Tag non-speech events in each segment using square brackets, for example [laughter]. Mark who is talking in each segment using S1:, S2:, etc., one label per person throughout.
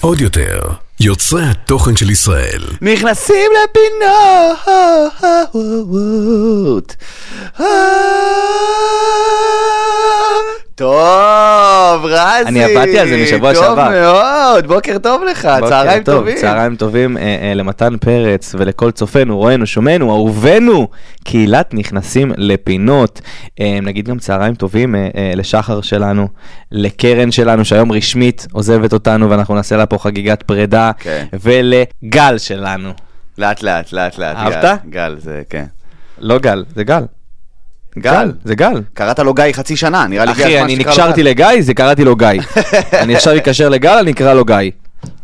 S1: עוד יותר, יוצרי התוכן של ישראל.
S2: נכנסים לפינות. אה, טוב, רזי.
S3: אני עבדתי על זה משבוע
S2: טוב
S3: שעבר.
S2: מאוד, בוקר טוב לך,
S3: בוקר
S2: צהריים
S3: טוב,
S2: טובים.
S3: צהריים טובים אה, אה, למתן פרץ ולכל צופינו, רואינו, שומענו, אהובינו, קהילת נכנסים לפינות. אה, נגיד גם צהריים טובים אה, אה, לשחר שלנו, לקרן שלנו, שהיום רשמית עוזבת אותנו ואנחנו נעשה לה פה חגיגת פרידה,
S2: כן.
S3: ולגל שלנו.
S2: לאט לאט, לאט לאט.
S3: אהבת?
S2: גל, גל, זה כן.
S3: לא גל, זה גל.
S2: גל?
S3: זה גל.
S2: קראת לו גיא חצי שנה, נראה לי הגיע
S3: אחי,
S2: הזמן
S3: אני
S2: שתקרא לו
S3: נקשרתי
S2: גל.
S3: לגיא, זה קראתי
S2: [laughs]
S3: לו גיא. אני עכשיו אקשר לגל, אני אקרא לו גיא.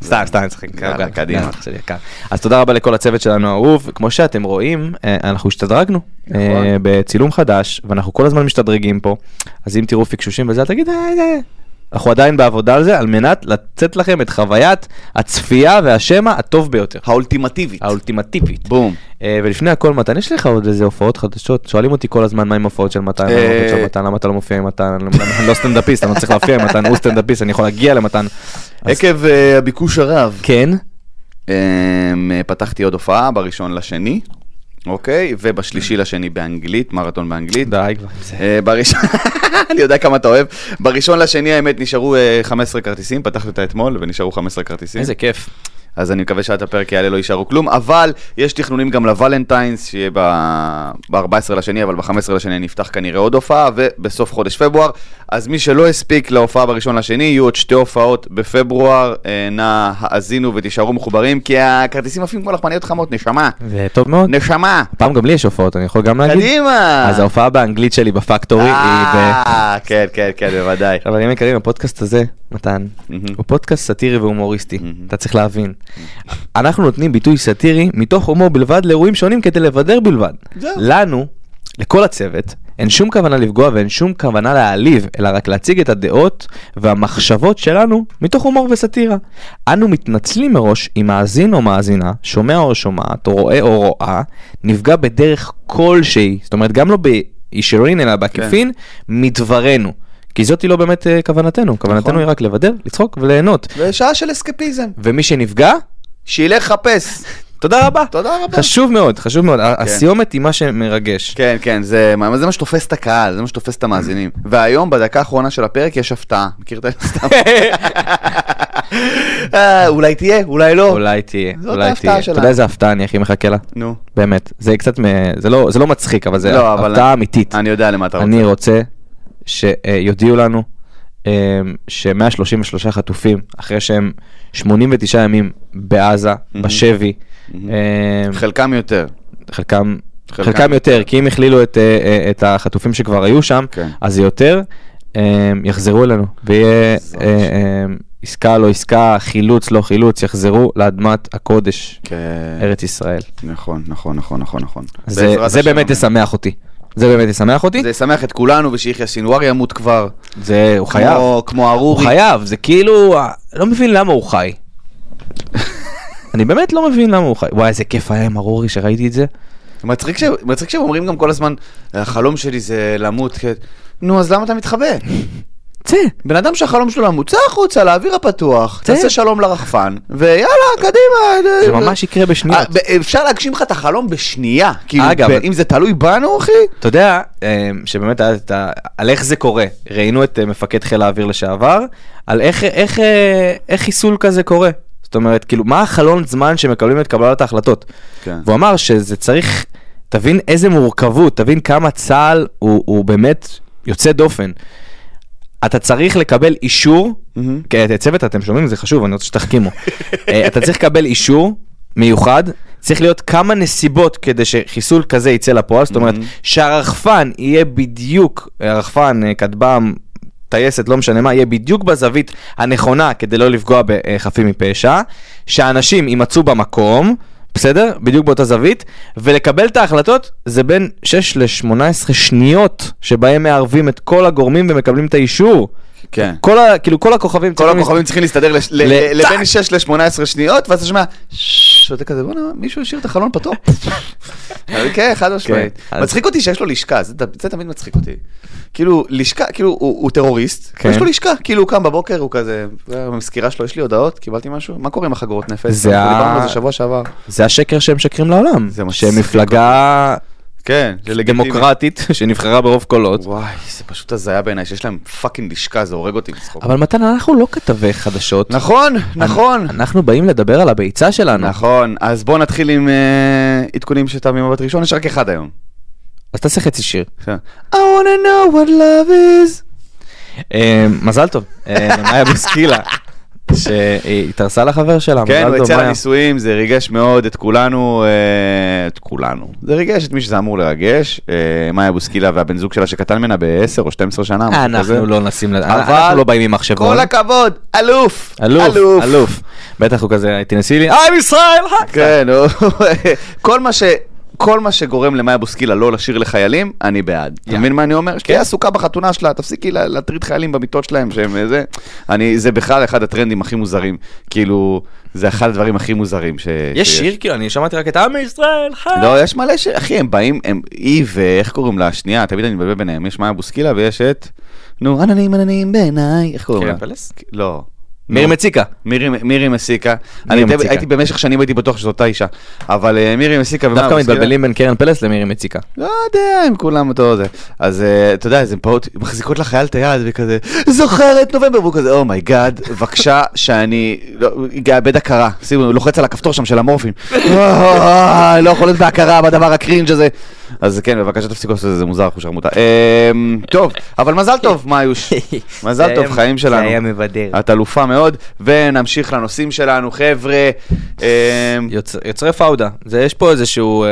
S3: סתם, סתם, אני צוחק.
S2: יאללה,
S3: לא, גל.
S2: קדימה.
S3: יאללה, בסדר, יקר. אז תודה רבה לכל הצוות שלנו האהוב. כמו שאתם רואים, אה, אנחנו השתדרגנו אה,
S2: נכון.
S3: בצילום חדש, ואנחנו כל הזמן משתדרגים פה. אז אם תראו פיקשושים וזה, אל תגיד, "אה, אה." אנחנו עדיין בעבודה על זה, על מנת לתת לכם את חוויית הצפייה והשמע הטוב ביותר.
S2: האולטימטיבית.
S3: האולטימטיבית.
S2: בום.
S3: אה, ולפני הכל מתן יש לך עוד איזה הופעות חדשות שואלים אותי כל הזמן מה עם הופעות של מתן למה
S2: אה.
S3: הופעות של מתן למה אתה לא מופיע עם מתן למה- אני לא סטנדאפיסט אני לא צריך להופיע עם מתן הוא סטנדאפיסט אני יכול להגיע למתן. אז-
S2: עקב אה, הביקוש הרב,
S3: כן
S2: אמ, פתחתי עוד הופעה בראשון לשני, אוקיי? ובשלישי לשני באנגלית, מרתון באנגלית.
S3: די כבר עם זה.
S2: אה, בראשון, [laughs] אני יודע כמה אתה אוהב. בראשון לשני האמת נשארו אה, 15 כרטיסים, פתחתי אותה אתמול ונשארו 15 כרטיסים.
S3: איזה כיף.
S2: אז אני מקווה שעד הפרק יעלה לא יישארו כלום, אבל יש תכנונים גם לוולנטיינס, שיהיה ב-14 לשני, אבל ב-15 לשני נפתח כנראה עוד הופעה, ובסוף חודש פברואר. אז מי שלא הספיק להופעה בראשון לשני, יהיו עוד שתי הופעות בפברואר, אה, נא האזינו ותישארו מחוברים, כי הכרטיסים עפים כמו לחמניות חמות, נשמה,
S3: זה טוב מאוד.
S2: נשמה,
S3: פעם גם לי יש הופעות אני יכול גם להגיד.
S2: קדימה.
S3: אז ההופעה באנגלית שלי בפקטורי היא ב...
S2: אה, כן, כן, כן, בוודאי.
S3: עכשיו, חברים יקרים, הפודקאסט הזה, מתן,
S2: מהמם.
S3: הוא פודקאסט סאטירי והומוריסטי,
S2: מהמם.
S3: אתה צריך להבין. אנחנו נותנים ביטוי סאטירי מתוך הומור בלבד לאירועים שונים כדי לבדר בלבד.
S2: זהו.
S3: לנו, לכל הצוות, אין שום כוונה לפגוע ואין שום כוונה להעליב, אלא רק להציג את הדעות והמחשבות שלנו מתוך הומור וסאטירה. אנו מתנצלים מראש אם מאזין או מאזינה, שומע או שומעת, או רואה או רואה, נפגע בדרך כלשהי, זאת אומרת גם לא בישרין
S2: כן.
S3: אלא בעקיפין, מדברנו. כי זאתי לא באמת אה, כוונתנו,
S2: נכון.
S3: כוונתנו היא רק לבדר, לצחוק וליהנות.
S2: ושעה של אסקפיזם.
S3: ומי שנפגע,
S2: שילך חפש.
S3: תודה רבה.
S2: תודה רבה.
S3: חשוב מאוד, חשוב מאוד. ה- הסיומת היא מה שמרגש.
S2: כן, כן, זה, מה- זה מה שתופס את הקהל, זה מה שתופס את המאזינים. והיום, בדקה האחרונה של הפרק, יש הפתעה. מכיר את ה... [laughs] סתם. אה, אולי תהיה, אולי לא.
S3: אולי תהיה,
S2: זאת
S3: אולי
S2: ההפתעה
S3: תהיה. אתה
S2: שלנו.
S3: יודע איזה הפתעה אני הכי מחכה לה?
S2: נו.
S3: באמת. זה קצת, מ- זה לא- זה לא מצחיק, אבל זה
S2: לא, אבל-
S3: הפתעה אמיתית.
S2: אני יודע למה אתה רוצה.
S3: אני רוצה שיודיעו לנו אה, ש-133 חטופים, אחרי שהם 89 ימים בעזה, בשבי, אה,
S2: חלקם יותר.
S3: חלקם,
S2: חלקם.
S3: חלקם, חלקם יותר, כי אם הכלילו את, אה, אה, את החטופים שכבר היו שם,
S2: כן.
S3: אז זה יותר, אה, יחזרו אלינו, ויהיה
S2: זאת.
S3: אה, אה, עסקה לא עסקה, חילוץ לא חילוץ, יחזרו לאדמת הקודש,
S2: כן.
S3: ארץ ישראל.
S2: נכון, נכון, נכון, נכון, נכון.
S3: אה, זה,
S2: בעזרת
S3: זה
S2: השם,
S3: באמת
S2: אמן.
S3: ישמח אותי. זה באמת ישמח אותי,
S2: זה ישמח את כולנו, ושיחיא סינואר ימות כבר.
S3: זה, הוא חייב,
S2: כמו- כמו
S3: הוא
S2: ארורי.
S3: חייב, זה כאילו, אה, לא מבין למה הוא חי.
S2: [laughs]
S3: אני באמת לא מבין למה הוא חי. וואי, איזה כיף היה עם ארורי שראיתי את זה.
S2: מצחיק ש- מצחיק שהם אומרים גם כל הזמן, החלום שלי זה למות. כן." נו, אז למה אתה מתחבא?
S3: צא,
S2: בן אדם שהחלום שלו למות, צא החוצה לאוויר הפתוח,
S3: צא.
S2: תעשה שלום לרחפן, ויאללה, קדימה.
S3: כן. זה ממש יקרה בשניות.
S2: אה, ב- אפשר להגשים לך את החלום בשנייה. כאילו,
S3: אגב-
S2: ב- אם זה תלוי בנו, אחי.
S3: אתה יודע, אה, שבאמת היה את ה... על איך זה קורה. ראיינו את אה, מפקד חיל האוויר לשעבר, על איך, איך, אה, איך חיסול כזה קורה. זאת אומרת, כאילו, מה החלון זמן שמקבלים את קבלת ההחלטות?
S2: כן.
S3: והוא אמר שזה צריך, תבין איזה מורכבות, תבין כמה צה"ל הוא, הוא באמת יוצא דופן. אתה צריך לקבל אישור,
S2: מהמם.
S3: כן, את צוות אתם שומעים? זה חשוב, אני רוצה שתחכימו. אה, אתה צריך לקבל אישור מיוחד, צריך להיות כמה נסיבות כדי שחיסול כזה יצא לפועל, זאת אומרת, שהרחפן יהיה בדיוק, הרחפן, אה, כטב"ם, טייסת, לא משנה מה, יהיה בדיוק בזווית הנכונה כדי לא לפגוע בחפים מפשע, שהאנשים יימצאו במקום. בסדר? בדיוק באותה זווית, ולקבל את ההחלטות זה בין 6 ל-18 שניות שבהם מערבים את כל הגורמים ומקבלים את האישור.
S2: כן.
S3: כל ה... כאילו כל הכוכבים
S2: כל
S3: צריכים-
S2: הכוכבים צריכים להסתדר לש- ל-
S3: ל-
S2: ל- לבין 6 ל-18 שניות, ואז אתה שומע... "ש- פש, ואתה כזה, בוא'נה, מישהו השאיר את החלון
S3: [laughs]
S2: פתוח. כן, חד משמעית.
S3: אז-
S2: מצחיק אותי שיש לו לשכה, זה ת- זה תמיד מצחיק אותי. כאילו, לשכה, כאילו, הוא הוא טרוריסט,
S3: כן.
S2: יש לו לשכה, כאילו, הוא קם בבוקר, הוא כזה, אה, המזכירה שלו, יש לי הודעות, קיבלתי משהו, מה קורה עם החגורות נפש?
S3: זה
S2: אנחנו
S3: ה-
S2: דיברנו על זה שבוע שעבר.
S3: זה השקר שהם משקרים לעולם.
S2: זה מצחיק
S3: שהם מפלגה
S2: כן, זה לגיטימי.
S3: דמוקרטית [laughs] שנבחרה ברוב קולות.
S2: וואי, זה פשוט הזיה בעיניי, שיש להם פאקינג לשכה, זה הורג אותי מצחוק.
S3: אבל מתן, אנחנו לא כתבי חדשות.
S2: נכון, נכון.
S3: אנחנו באים לדבר על הביצה שלנו.
S2: נכון, אז בואו נתחיל עם אה, עדכונים שאתה ממבט ראשון, יש רק אחד היום.
S3: אז תעשה חצי שיר.
S2: I wanna know what love is.
S3: אה, מזל טוב,
S2: [laughs]
S3: אה, מאיה בוסקילה, שהיא התארסה לחבר שלה,
S2: כן, הוא
S3: מזל טוב,
S2: יצא
S3: מאיה.
S2: לנישואים, זה ריגש מאוד את כולנו, אה, את כולנו. זה ריגש את מי שזה אמור לרגש, אה, מאיה בוסקילה והבן זוג שלה שקטן ממנה ב-10 או 12 שנה, משהו כזה.
S3: אנחנו לא נשים, לד-
S2: אבל-
S3: אנחנו לא באים עם מחשבון.
S2: כל הכבוד, אלוף!
S3: אלוף, אלוף. בטח הוא כזה, תנסי לי, עם ישראל! אה!"
S2: כן, הוא- [laughs] כל מה ש... כל מה שגורם למאיה בוסקילה לא לשיר לחיילים, אני בעד. אתה
S3: יא.
S2: מבין מה אני אומר?
S3: כן.
S2: שתהיה עסוקה בחתונה שלה, תפסיקי לה- להטריד חיילים במיטות שלהם, שהם אה, זה. אני, זה בכלל אחד הטרנדים הכי מוזרים. כאילו, זה אחד הדברים הכי מוזרים ש...
S3: יש
S2: שיש.
S3: שיר כאילו, אני שמעתי רק את עם ישראל, חי!
S2: לא, יש מלא ש... אחי, הם באים, הם... היא ואיך קוראים לה? השנייה, תמיד אני מבלבל ביניהם. יש מאיה בוסקילה ויש את... נו, עננים עננים בעיניי. איך קוראים לה?
S3: קרן פלס?
S2: לא.
S3: מירי
S2: נו.
S3: מציקה.
S2: מירי, מירי מסיקה, אני הייתי-
S3: מסיקה.
S2: הייתי במשך שנים הייתי בטוח שזאת אותה אישה, אבל אה, מירי מסיקה ומאיה
S3: דווקא
S2: בוסקילה-
S3: מתבלבלים בין קרן פלס למירי מציקה.
S2: לא יודע, הם כולם אותו זה. אז אה, אתה יודע, אז הן פעות מחזיקות לחייל את היד וכזה, זוכר את נובמבר, והוא כזה, אומייגאד, בבקשה שאני לא, אאבד הכרה. שימו, הוא לוחץ על הכפתור שם של המורפין. "אה, לא יכול להיות בהכרה בדבר הקרינג' הזה. אז כן, בבקשה תפסיקו לעשות את זה, זה מוזר, אנחנו שרמוטה. אמ, טוב, אבל מזל
S3: [laughs]
S2: טוב, מאיוש. [laughs] מזל טוב, חיים שלנו.
S3: מבדר.
S2: את אלופה מאוד, ונמשיך לנושאים שלנו, חבר'ה. אמ,
S3: יוצר, יוצרי פאודה, זה יש פה איזשהו, אה,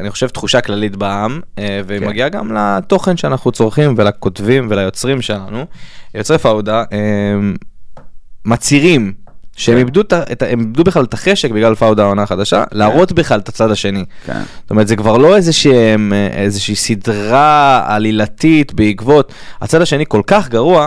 S3: אני חושב, תחושה כללית בעם, אה, והיא
S2: כן.
S3: כן. מגיעה גם לתוכן שאנחנו צורכים ולכותבים וליוצרים שלנו. יוצרי פאודה אה, מצהירים שהם
S2: כן.
S3: איבדו, את, ה- את, ה- הם איבדו בכלל את החשק בגלל פאודה העונה החדשה, להראות בכלל את הצד השני.
S2: כן.
S3: זאת אומרת, זה כבר לא איזשהם, אה, איזושהי סדרה עלילתית בעקבות, הצד השני כל
S2: [laughs]
S3: כך גרוע,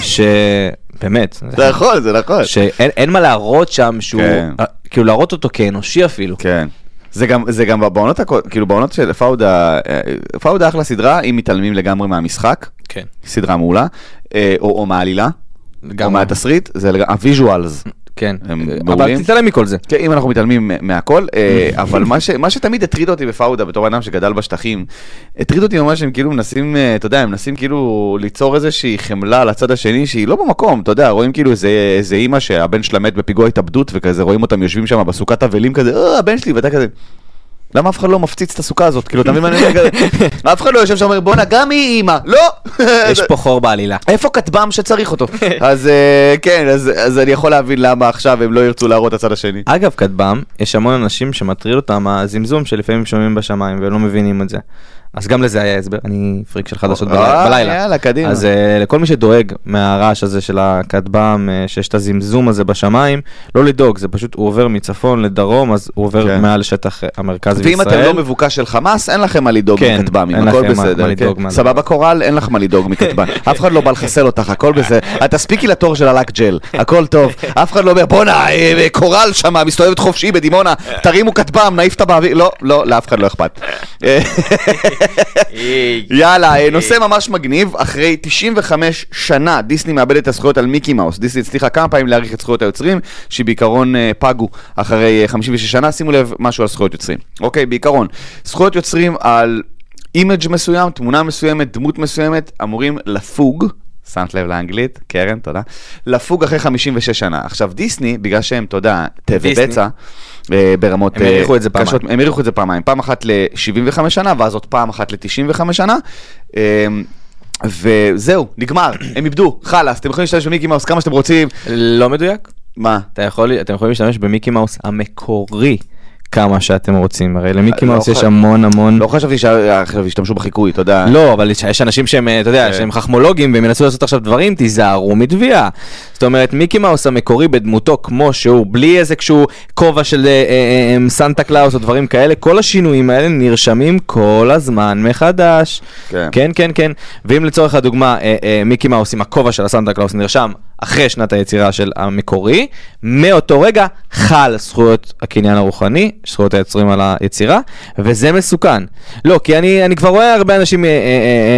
S3: שבאמת.
S2: זה נכון, זה נכון.
S3: שאין אין מה להראות שם שהוא,
S2: כן.
S3: אה, כאילו להראות אותו כאנושי אפילו.
S2: כן. זה גם, זה גם בעונות, הכל- כאילו בעונות של פאודה, אה, פאודה אחלה סדרה, אם מתעלמים לגמרי מהמשחק,
S3: כן.
S2: סדרה מעולה, אה, או, או מהעלילה, או מהתסריט, זה לג- הוויז'ואלס.
S3: כן.
S2: הם מעולים.
S3: אבל תתעלם מכל זה.
S2: כן, אם אנחנו מתעלמים מ- מהכל, אה, אבל מה, ש, מה שתמיד הטריד אותי בפאודה, בתור אדם שגדל בשטחים, הטריד אותי ממש שהם כאילו מנסים, אה, אתה יודע, הם מנסים כאילו ליצור איזושהי חמלה לצד השני שהיא לא במקום, אתה יודע, רואים כאילו איזה, איזה אימא שהבן שלה מת בפיגוע התאבדות וכזה, רואים אותם יושבים שם בסוכת אבלים כזה, אה, הבן שלי, ואתה כזה... למה אף אחד לא מפציץ את הסוכה הזאת? כאילו, אתה מבין מה אני אומר? כזה, אף אחד לא יושב שם ואומר, בואנה, גם היא אימא. לא!
S3: יש פה חור בעלילה.
S2: [laughs] איפה כטב"ם שצריך אותו? אז אה, כן, אז אז אני יכול להבין למה עכשיו הם לא ירצו להראות את הצד השני.
S3: אגב, כטב"ם, יש המון אנשים שמטריד אותם הזמזום שלפעמים שומעים בשמיים ולא מבינים את זה. אז גם לזה היה הסבר, אני פריק של חדשות
S2: אה,
S3: בלילה. בלילה.
S2: יאללה, קדימה.
S3: אז אה, לכל מי שדואג מהרעש הזה של הכטב"ם, אה, שיש את הזמזום הזה בשמיים, לא לדאוג, זה פשוט, הוא עובר מצפון לדרום, אז הוא עובר
S2: כן.
S3: מעל שטח אה, המרכז בישראל.
S2: ואם אתם לא מבוקש של חמאס, אין לכם מה לדאוג
S3: כן,
S2: מכטב"מים,
S3: אין
S2: הכל
S3: לכם מה-
S2: בסדר.
S3: מה
S2: כן.
S3: לדאוג, מה
S2: סבבה קורל, אין לך מה לדאוג
S3: [laughs]
S2: מכטב"ם. אף אחד לא בא לחסל אותך, הכל בסדר. את תספיקי לתור של הלק ג'ל, הכל טוב. אף אחד לא אומר, בואנה, אה, אה, קורל שמה, מסתובבת חופשי בדימונה, תרימו כטב"ם, נעיף אותה באוויר. לא, לא, לאף אחד לא אכפת. אה, יאללה, אה, נושא ממש מגניב, אחרי 95 שנה דיסני מאבד את הזכויות על מיקי מאוס. דיסני הצליחה כמה פעמים להאריך את זכויות היוצרים, שבעיקרון אה, פגו אחרי אה, 56 שנה, שימו לב משהו על זכויות יוצרים. אוקיי, בעיקרון, זכויות יוצרים על אימג' מסוים, תמונה מסוימת, דמות מסוימת, אמורים לפוג. שמת לב לאנגלית, קרן, תודה. לפוג אחרי 56 שנה. עכשיו, דיסני, בגלל שהם, אתה יודע, תבל
S3: דיסני.
S2: בצע, אה, ברמות
S3: הם האריכו את זה פעמיים.
S2: קשות, הם האריכו את זה פעמיים, פעם אחת ל-75 שנה, ואז עוד פעם אחת ל-95 שנה. אמ, וזהו, נגמר, [clears throat] הם איבדו, חלאס, אתם יכולים להשתמש במיקי מאוס כמה שאתם רוצים.
S3: לא מדויק?
S2: מה?
S3: אתה יכול, אתם יכולים להשתמש במיקי מאוס המקורי כמה שאתם רוצים, הרי למיקי
S2: לא
S3: מאוס יש
S2: יכול-
S3: המון המון...
S2: לא חשבתי שעכשיו ישתמשו בחיקוי, אתה יודע.
S3: לא, אבל יש- יש אנשים שהם, אה, אתה יודע,
S2: כן.
S3: שהם חכמולוגים והם ינסו לעשות עכשיו דברים, תיזהרו מתביעה. זאת אומרת, מיקי מאוס המקורי בדמותו כמו שהוא, בלי איזה כשהוא כובע של אה, אה, אה, סנטה קלאוס או דברים כאלה, כל השינויים האלה נרשמים כל הזמן מחדש.
S2: כן.
S3: כן, כן, כן. ואם לצורך הדוגמה, אה, אה, מיקי מאוס עם הכובע של הסנטה קלאוס נרשם אחרי שנת היצירה של המקורי, מאותו רגע חל זכויות הקניין הרוחני, זכויות היוצרים על היצירה, וזה מסוכן. לא, כי אני, אני כבר רואה הרבה אנשים אה, אה,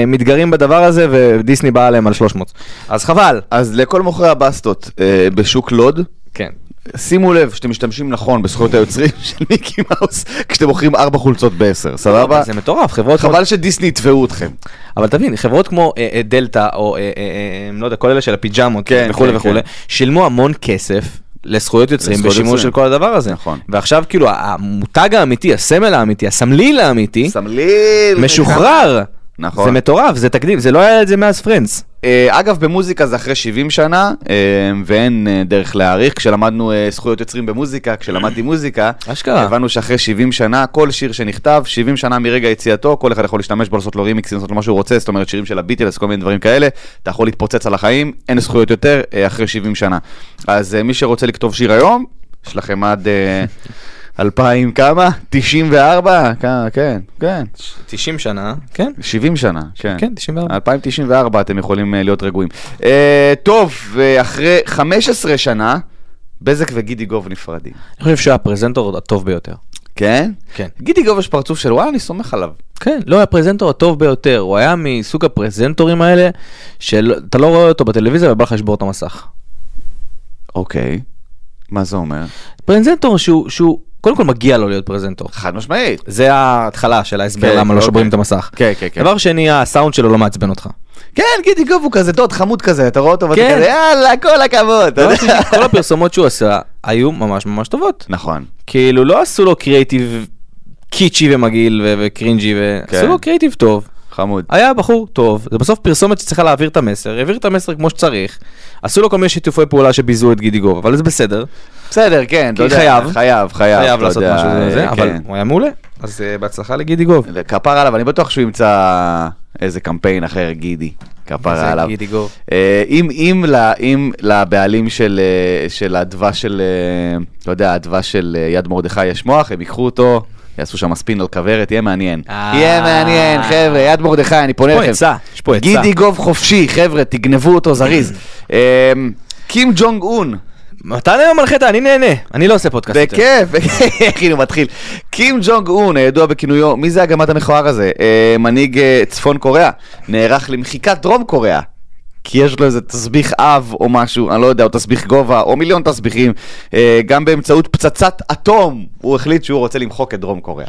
S3: אה, מתגרים בדבר הזה, ודיסני באה עליהם על 300. אז חבל.
S2: אז לכל מוכרי הבסטות אה, בשוק לוד,
S3: כן.
S2: שימו לב שאתם משתמשים נכון בזכויות היוצרים [laughs] של מיקי מאוס כשאתם מוכרים ארבע חולצות בעשר, סבבה?
S3: לא, זה מטורף, חברות... כמו-
S2: חבל שדיסני יתבעו אתכם.
S3: אבל תבין, חברות כמו אה, אה, דלתא, או אה, אה, אה, לא יודע, כל אלה של הפיג'מות, אה,
S2: כן,
S3: וכולי
S2: כן,
S3: וכולי,
S2: כן.
S3: שילמו המון כסף. לזכויות יוצרים
S2: לזכויות
S3: בשימוש של
S2: יוצרים.
S3: כל הדבר הזה.
S2: נכון.
S3: ועכשיו כאילו המותג האמיתי, הסמל האמיתי, הסמליל האמיתי,
S2: סמליל.
S3: משוחרר.
S2: נכון.
S3: זה מטורף, זה תקדים, זה לא היה את זה מאז פרנדס.
S2: אה, אגב, במוזיקה זה אחרי 70 שנה, אה, ואין אה, דרך להעריך. כשלמדנו אה, זכויות יוצרים במוזיקה, כשלמדתי מוזיקה,
S3: אשכרה.
S2: הבנו שאחרי 70 שנה, כל שיר שנכתב, 70 שנה מרגע יציאתו, כל אחד יכול להשתמש בו, לעשות לו רימיקסים, לעשות לו מה שהוא רוצה, זאת אומרת שירים של הביטלס, כל מיני דברים כאלה, אתה יכול להתפוצץ על החיים, אין זכויות יותר אה, אחרי 70 שנה. אז אה, מי שרוצה לכתוב שיר היום, יש לכם עד... אה, 2000 כמה? 94? כמה, כן, כן.
S3: 90 שנה, כן.
S2: 70 שנה, כן.
S3: כן, 94.
S2: 2094 אתם יכולים אה, להיות רגועים. אה, טוב, אה, אחרי 15 שנה, בזק וגידי גוב נפרדים.
S3: אני חושב שהוא הפרזנטור הטוב ביותר.
S2: כן?
S3: כן.
S2: גידי גוב יש פרצוף של וואלה, אני סומך עליו.
S3: כן, לא, הפרזנטור הטוב ביותר, הוא היה מסוג הפרזנטורים האלה, שאתה לא רואה אותו בטלוויזיה ובא לך לשבור את המסך.
S2: אוקיי. מה זה אומר?
S3: פרזנטור שהוא, שהוא, קודם כל מגיע לו להיות פרזנטור.
S2: חד משמעית.
S3: זה ההתחלה של ההסבר
S2: כן,
S3: למה לא
S2: אוקיי.
S3: שוברים את המסך.
S2: כן, כן, כן.
S3: דבר שני, הסאונד שלו לא מעצבן אותך.
S2: כן, גידי גוב הוא כזה דוד חמוד כזה, אתה רואה אותו ואתה
S3: כן. לא
S2: כזה, יאללה, כל הכבוד. אתה
S3: דבר
S2: יודע.
S3: שלישי, כל הפרסומות שהוא עשה היו ממש ממש טובות.
S2: נכון.
S3: כאילו לא עשו לו קריאיטיב קיצ'י ומגעיל ו- וקרינג'י, ו-
S2: כן.
S3: עשו לו קריאיטיב טוב.
S2: חמוד.
S3: היה בחור טוב, זה בסוף פרסומת שצריכה להעביר את המסר, העביר את המסר כמו שצריך, עשו לו כל מיני שיתופי פעולה שביזו את גידי גוב, אבל זה בסדר,
S2: בסדר, כן, אתה יודע.
S3: אה, חייב.
S2: חייב, חייב.
S3: חייב
S2: אתה
S3: לעשות
S2: יודע,
S3: משהו
S2: אה,
S3: וזה, אבל
S2: כן.
S3: הוא היה מעולה, אז אה, בהצלחה לגידי גוב.
S2: כפר עליו, אני בטוח שהוא ימצא איזה קמפיין אחר, גידי.
S3: איזה
S2: כפרה עליו.
S3: גידי גוב.
S2: אה, אם, אם, ל- אם לבעלים של, אה, של הדבש של, אה, לא יודע, הדבש של אה, יד מרדכי יש מוח, הם ייקחו אותו, יעשו שם ספין על כוורת, יהיה מעניין.
S3: אה.
S2: יהיה מעניין, חבר'ה, יד מרדכי, אני פונה
S3: פה
S2: אליכם.
S3: עצה, יש פה עצה.
S2: גידי גוב חופשי, חבר'ה, תגנבו אותו זריז. אה, קים ג'ונג און,
S3: מתן היום מלחטה, אני נהנה, אני לא עושה פודקאסט. יותר.
S2: בכיף, [laughs] הנה הוא מתחיל. קים ג'ונג און, הידוע בכינויו, מי זה הגמד המכוער הזה? אה, מנהיג אה, צפון קוריאה, נערך למחיקת דרום קוריאה. כי יש לו איזה תסביך אב או משהו, אני לא יודע, או תסביך גובה, או מיליון תסביכים. אה, גם באמצעות פצצת אטום, הוא החליט שהוא רוצה למחוק את דרום קוריאה.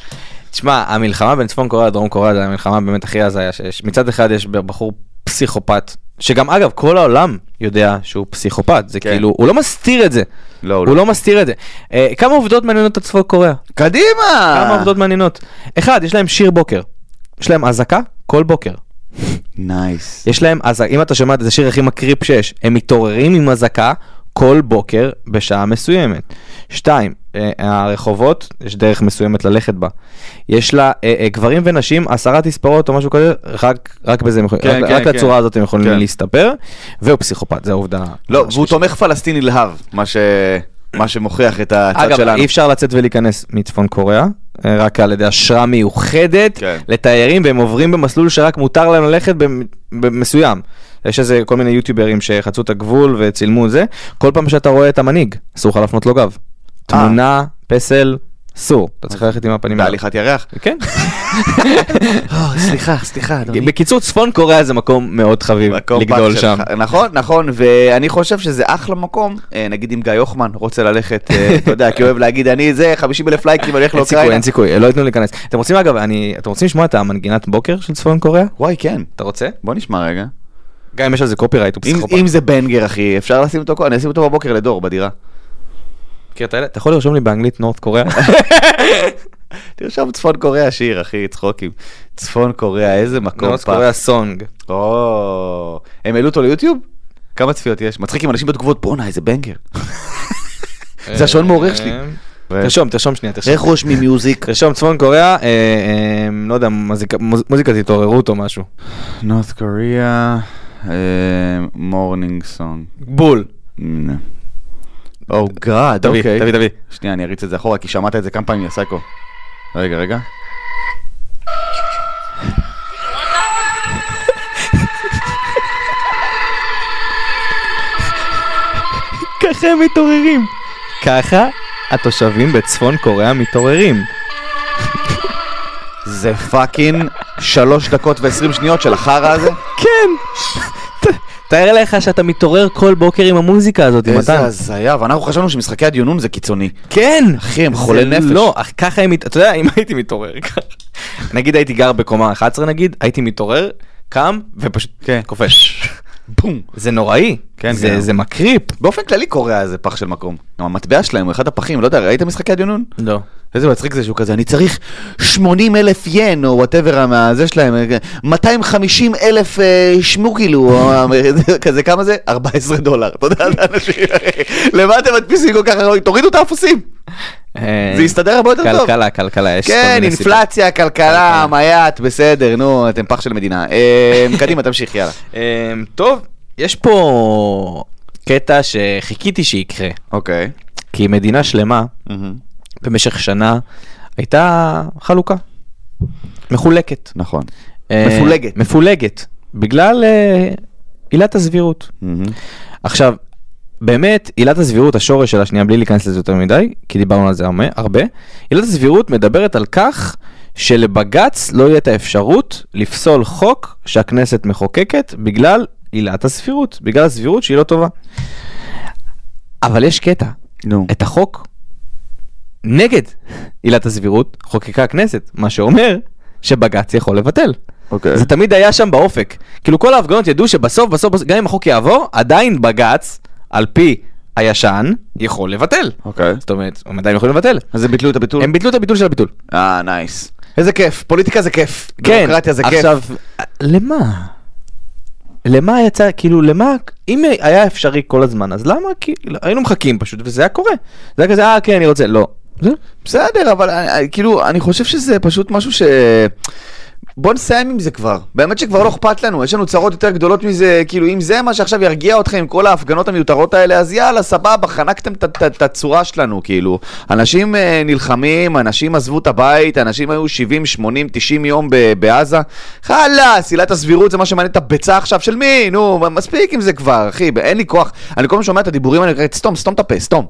S3: תשמע, המלחמה בין צפון קוריאה לדרום קוריאה זה המלחמה באמת הכי הזיה שיש. מצד אחד יש בחור פסיכופת, שגם אגב, כל העולם יודע שהוא פסיכופת, זה
S2: כן.
S3: כאילו, הוא לא מסתיר את זה.
S2: לא, הוא
S3: הוא
S2: לא.
S3: לא מסתיר את זה. אה, כמה עובדות מעניינות את צפון קוריאה?
S2: קדימה!
S3: כמה עובדות מעניינות? אחד, יש להם שיר בוקר. יש להם אזעקה כל בוקר.
S2: נייס.
S3: יש להם אזעקה, אם אתה שומע את זה השיר הכי מקריפ שיש, הם מתעוררים עם אזעקה כל בוקר בשעה מסוימת. שתיים, אה, הרחובות, יש דרך מסוימת ללכת בה. יש לה אה, אה, גברים ונשים, עשרה תספורות או משהו כזה, רק, רק בזה הם יכולים,
S2: כן,
S3: רק,
S2: כן,
S3: רק
S2: כן.
S3: לצורה הזאת הם יכולים
S2: כן.
S3: להסתפר, והוא פסיכופת, זו העובדה.
S2: לא, והוא תומך פלסטין נלהב, מה ש- מה שמוכיח את הצד
S3: אגב,
S2: שלנו.
S3: אי אפשר לצאת ולהיכנס מצפון קוריאה, אה, רק על ידי אשרה מיוחדת
S2: כן.
S3: לתיירים, והם עוברים במסלול שרק מותר להם ללכת במ- במסוים. יש איזה כל מיני יוטיוברים שחצו את הגבול וצילמו את זה, כל פעם שאתה רואה את המנהיג, אסור לך להפנות לו
S2: אה.
S3: גב. תמונה, פסל, אסור. אתה צריך ללכת עם הפנים. אליו.
S2: בהליכת ירח.
S3: כן.
S2: סליחה, סליחה, אדוני.
S3: בקיצור, צפון קוריאה זה מקום מאוד חביב
S2: אוקיי. מקום
S3: לגדול
S2: פח
S3: שם.
S2: שלך. נכון, נכון, ואני חושב שזה אחלה מקום, אה, נגיד אם גיא הוחמן רוצה ללכת,
S3: [laughs]
S2: אה, אתה יודע, כי הוא אוהב להגיד, אני זה, 50 אלף לייקים, אני הולך
S3: אין סיכוי,
S2: לאוקראינה.
S3: אין סיכוי, לא ייתנו להיכנס. אתם רוצים אגב, אני- אתם רוצים לשמוע את המנגינת בוקר של צפון קוריאה?
S2: וואי, כן.
S3: אתה רוצה?
S2: בוא נשמע רגע.
S3: גם אם יש על זה קופירייט, הוא
S2: אם-
S3: פסיכופת.
S2: אם זה בנגר, אחי, אפשר לשים אותו, כל- אני אשים אותו בבוקר לדור, בדירה.
S3: מכיר את האלה? אתה יכול לרשום לי באנגלית נורת קוריאה?
S2: [laughs] תרשום צפון קוריאה שיר, אחי, צחוקים. צפון קוריאה, איזה מקום
S3: נורת
S2: פעם.
S3: קוריאה סונג.
S2: או, הם העלו אותו ליוטיוב? כמה צפיות יש? מצחיק אם אנשים בתגובות, בואנה, איזה בנגר. זה השעון מעורך שלי.
S3: אה, תרשום, תרשום שנייה, תרשום.
S2: כן. איך רושמים
S3: [laughs]
S2: מיוזיק?
S3: תרשום צפון קוריאה, אה, אה, לא יודע, מוזיקה- מוז- מוזיקת התעוררות או משהו.
S2: North Korea,
S3: אה,
S2: uh, morning song.
S3: בול.
S2: או גאד,
S3: תביא,
S2: אוקיי.
S3: תביא, תביא.
S2: שנייה, אני אריץ את זה אחורה, כי שמעת את זה כמה פעמים, יא סייקו. רגע, רגע.
S3: ככה הם מתעוררים. ככה התושבים בצפון קוריאה מתעוררים.
S2: זה פאקינג שלוש דקות ועשרים שניות של החרא הזה.
S3: כן! ת- תאר לך שאתה מתעורר כל בוקר עם המוזיקה הזאת,
S2: איזה
S3: מתן.
S2: הזיה, ואנחנו חשבנו שמשחקי הדיונון זה קיצוני.
S3: כן!
S2: אחי, הם
S3: זה
S2: חולי נפש.
S3: לא, אך ככה הם... מת- אתה יודע, אם הייתי מתעורר ככה... נגיד הייתי גר בקומה 11 נגיד, הייתי מתעורר, קם, ופשוט
S2: כן.
S3: קופש.
S2: בום.
S3: זה נוראי.
S2: כן,
S3: זה-
S2: כן.
S3: זה מקריפ.
S2: באופן כללי קוריאה זה פח של מקום. גם המטבע שלהם הוא אחד הפחים, לא יודע, ראית משחקי הדיונון?
S3: לא.
S2: איזה מצחיק זה שהוא כזה, אני צריך 80 אלף ין, או וואטאבר זה שלהם, 250 אלף שמוקילו, או [laughs] ה- כזה, כמה זה? 14 דולר. תודה לאנשים. [laughs] למה אתם מדפיסים כל כך הרבה? תורידו את האפוסים,
S3: אה,
S2: זה יסתדר הרבה יותר טוב.
S3: כלכלה, כלכלה, יש... כל
S2: כן,
S3: מיני סיבות.
S2: אינפלציה, כלכלה, מייט, בסדר, נו, אתם פח של מדינה.
S3: [laughs]
S2: אה, קדימה, תמשיך, יאללה.
S3: אה, טוב, יש פה קטע שחיכיתי שיקרה.
S2: אוקיי.
S3: כי מדינה שלמה, במשך שנה, הייתה חלוקה. מחולקת.
S2: נכון.
S3: אה,
S2: מפולגת.
S3: מפולגת. בגלל אה, עילת הסבירות. עכשיו, באמת, עילת הסבירות, השורש שלה, שנייה, בלי להיכנס לזה יותר מדי, כי דיברנו על זה הרבה, הרבה, עילת הסבירות מדברת על כך שלבג"ץ לא יהיה את האפשרות לפסול חוק שהכנסת מחוקקת בגלל עילת הסבירות, בגלל הסבירות שהיא לא טובה. אבל יש קטע,
S2: נו.
S3: את החוק נגד עילת הסבירות חוקקה הכנסת, מה שאומר שבג"ץ יכול לבטל.
S2: אוקיי.
S3: זה תמיד היה שם באופק. כאילו כל ההפגנות ידעו שבסוף, בסוף, בסוף, גם אם החוק יעבור, עדיין בג"ץ, על פי הישן, יכול לבטל.
S2: אוקיי.
S3: זאת אומרת, הם עדיין יכולים לבטל.
S2: אז הם ביטלו את הביטול?
S3: הם ביטלו את הביטול של הביטול.
S2: אה, נייס. איזה כיף, פוליטיקה זה כיף.
S3: כן,
S2: דמוקרטיה זה כיף.
S3: עכשיו, למה? למה יצא, כאילו, למה, אם היה אפשרי כל הזמן, אז למה, כאילו, היינו מחכים פשוט, וזה היה קורה. זה היה כזה, אה, כן, אני רוצה, לא. זה-
S2: בסדר, אבל אה, אה, כאילו, אני חושב שזה פשוט משהו ש... בוא נסיים עם זה כבר. באמת שכבר לא אכפת לנו, יש לנו צרות יותר גדולות מזה, כאילו, אם זה מה שעכשיו ירגיע אתכם עם כל ההפגנות המיותרות האלה, אז יאללה, סבבה, חנקתם את- את את הצורה שלנו, כאילו. אנשים אה, נלחמים, אנשים עזבו את הבית, אנשים היו 70, 80, 90 יום ב- בעזה. חלאס, עילת הסבירות זה מה שמעניין את הביצה עכשיו של מי? נו, מספיק עם זה כבר, אחי, אין לי כוח. אני כל הזמן שומע את הדיבורים האלה, סתום, סתום את הפה, סתום,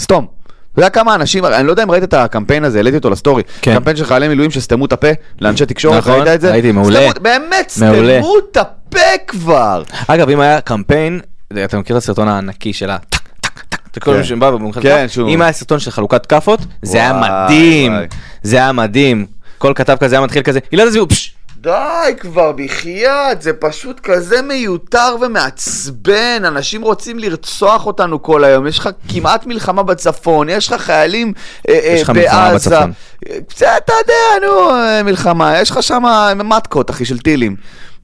S2: סתום. אתה יודע כמה אנשים, אני לא יודע אם ראית את הקמפיין הזה, העליתי אותו לסטורי.
S3: כן.
S2: קמפיין של חיילי מילואים שסתמו את הפה לאנשי תקשורת,
S3: נכון,
S2: ראית את זה?
S3: ראיתי, מעולה.
S2: סתמו- באמת,
S3: מעולה.
S2: סתמו את הפה כבר.
S3: אגב, אם היה קמפיין, אתה מכיר את הסרטון הענקי של ה... טק, טק, טק, אתה כל
S2: כן.
S3: מי שבא ובמומחה,
S2: כן,
S3: טק,
S2: שהוא-
S3: אם היה סרטון של חלוקת כאפות, זה היה
S2: וואי,
S3: מדהים,
S2: וואי.
S3: זה היה מדהים. כל כתב כזה היה מתחיל כזה, עילת הסבירות, פשש,
S2: די כבר, בחייאת, זה פשוט כזה מיותר ומעצבן. אנשים רוצים לרצוח אותנו כל היום. יש לך כמעט מלחמה בצפון, יש לך חיילים אה, אה,
S3: יש לך מלחמה
S2: בעזה.
S3: בצפון.
S2: אה, בסדר, אתה יודע, נו, אה, מלחמה. יש לך שם אה, מתקות, אחי, של טילים.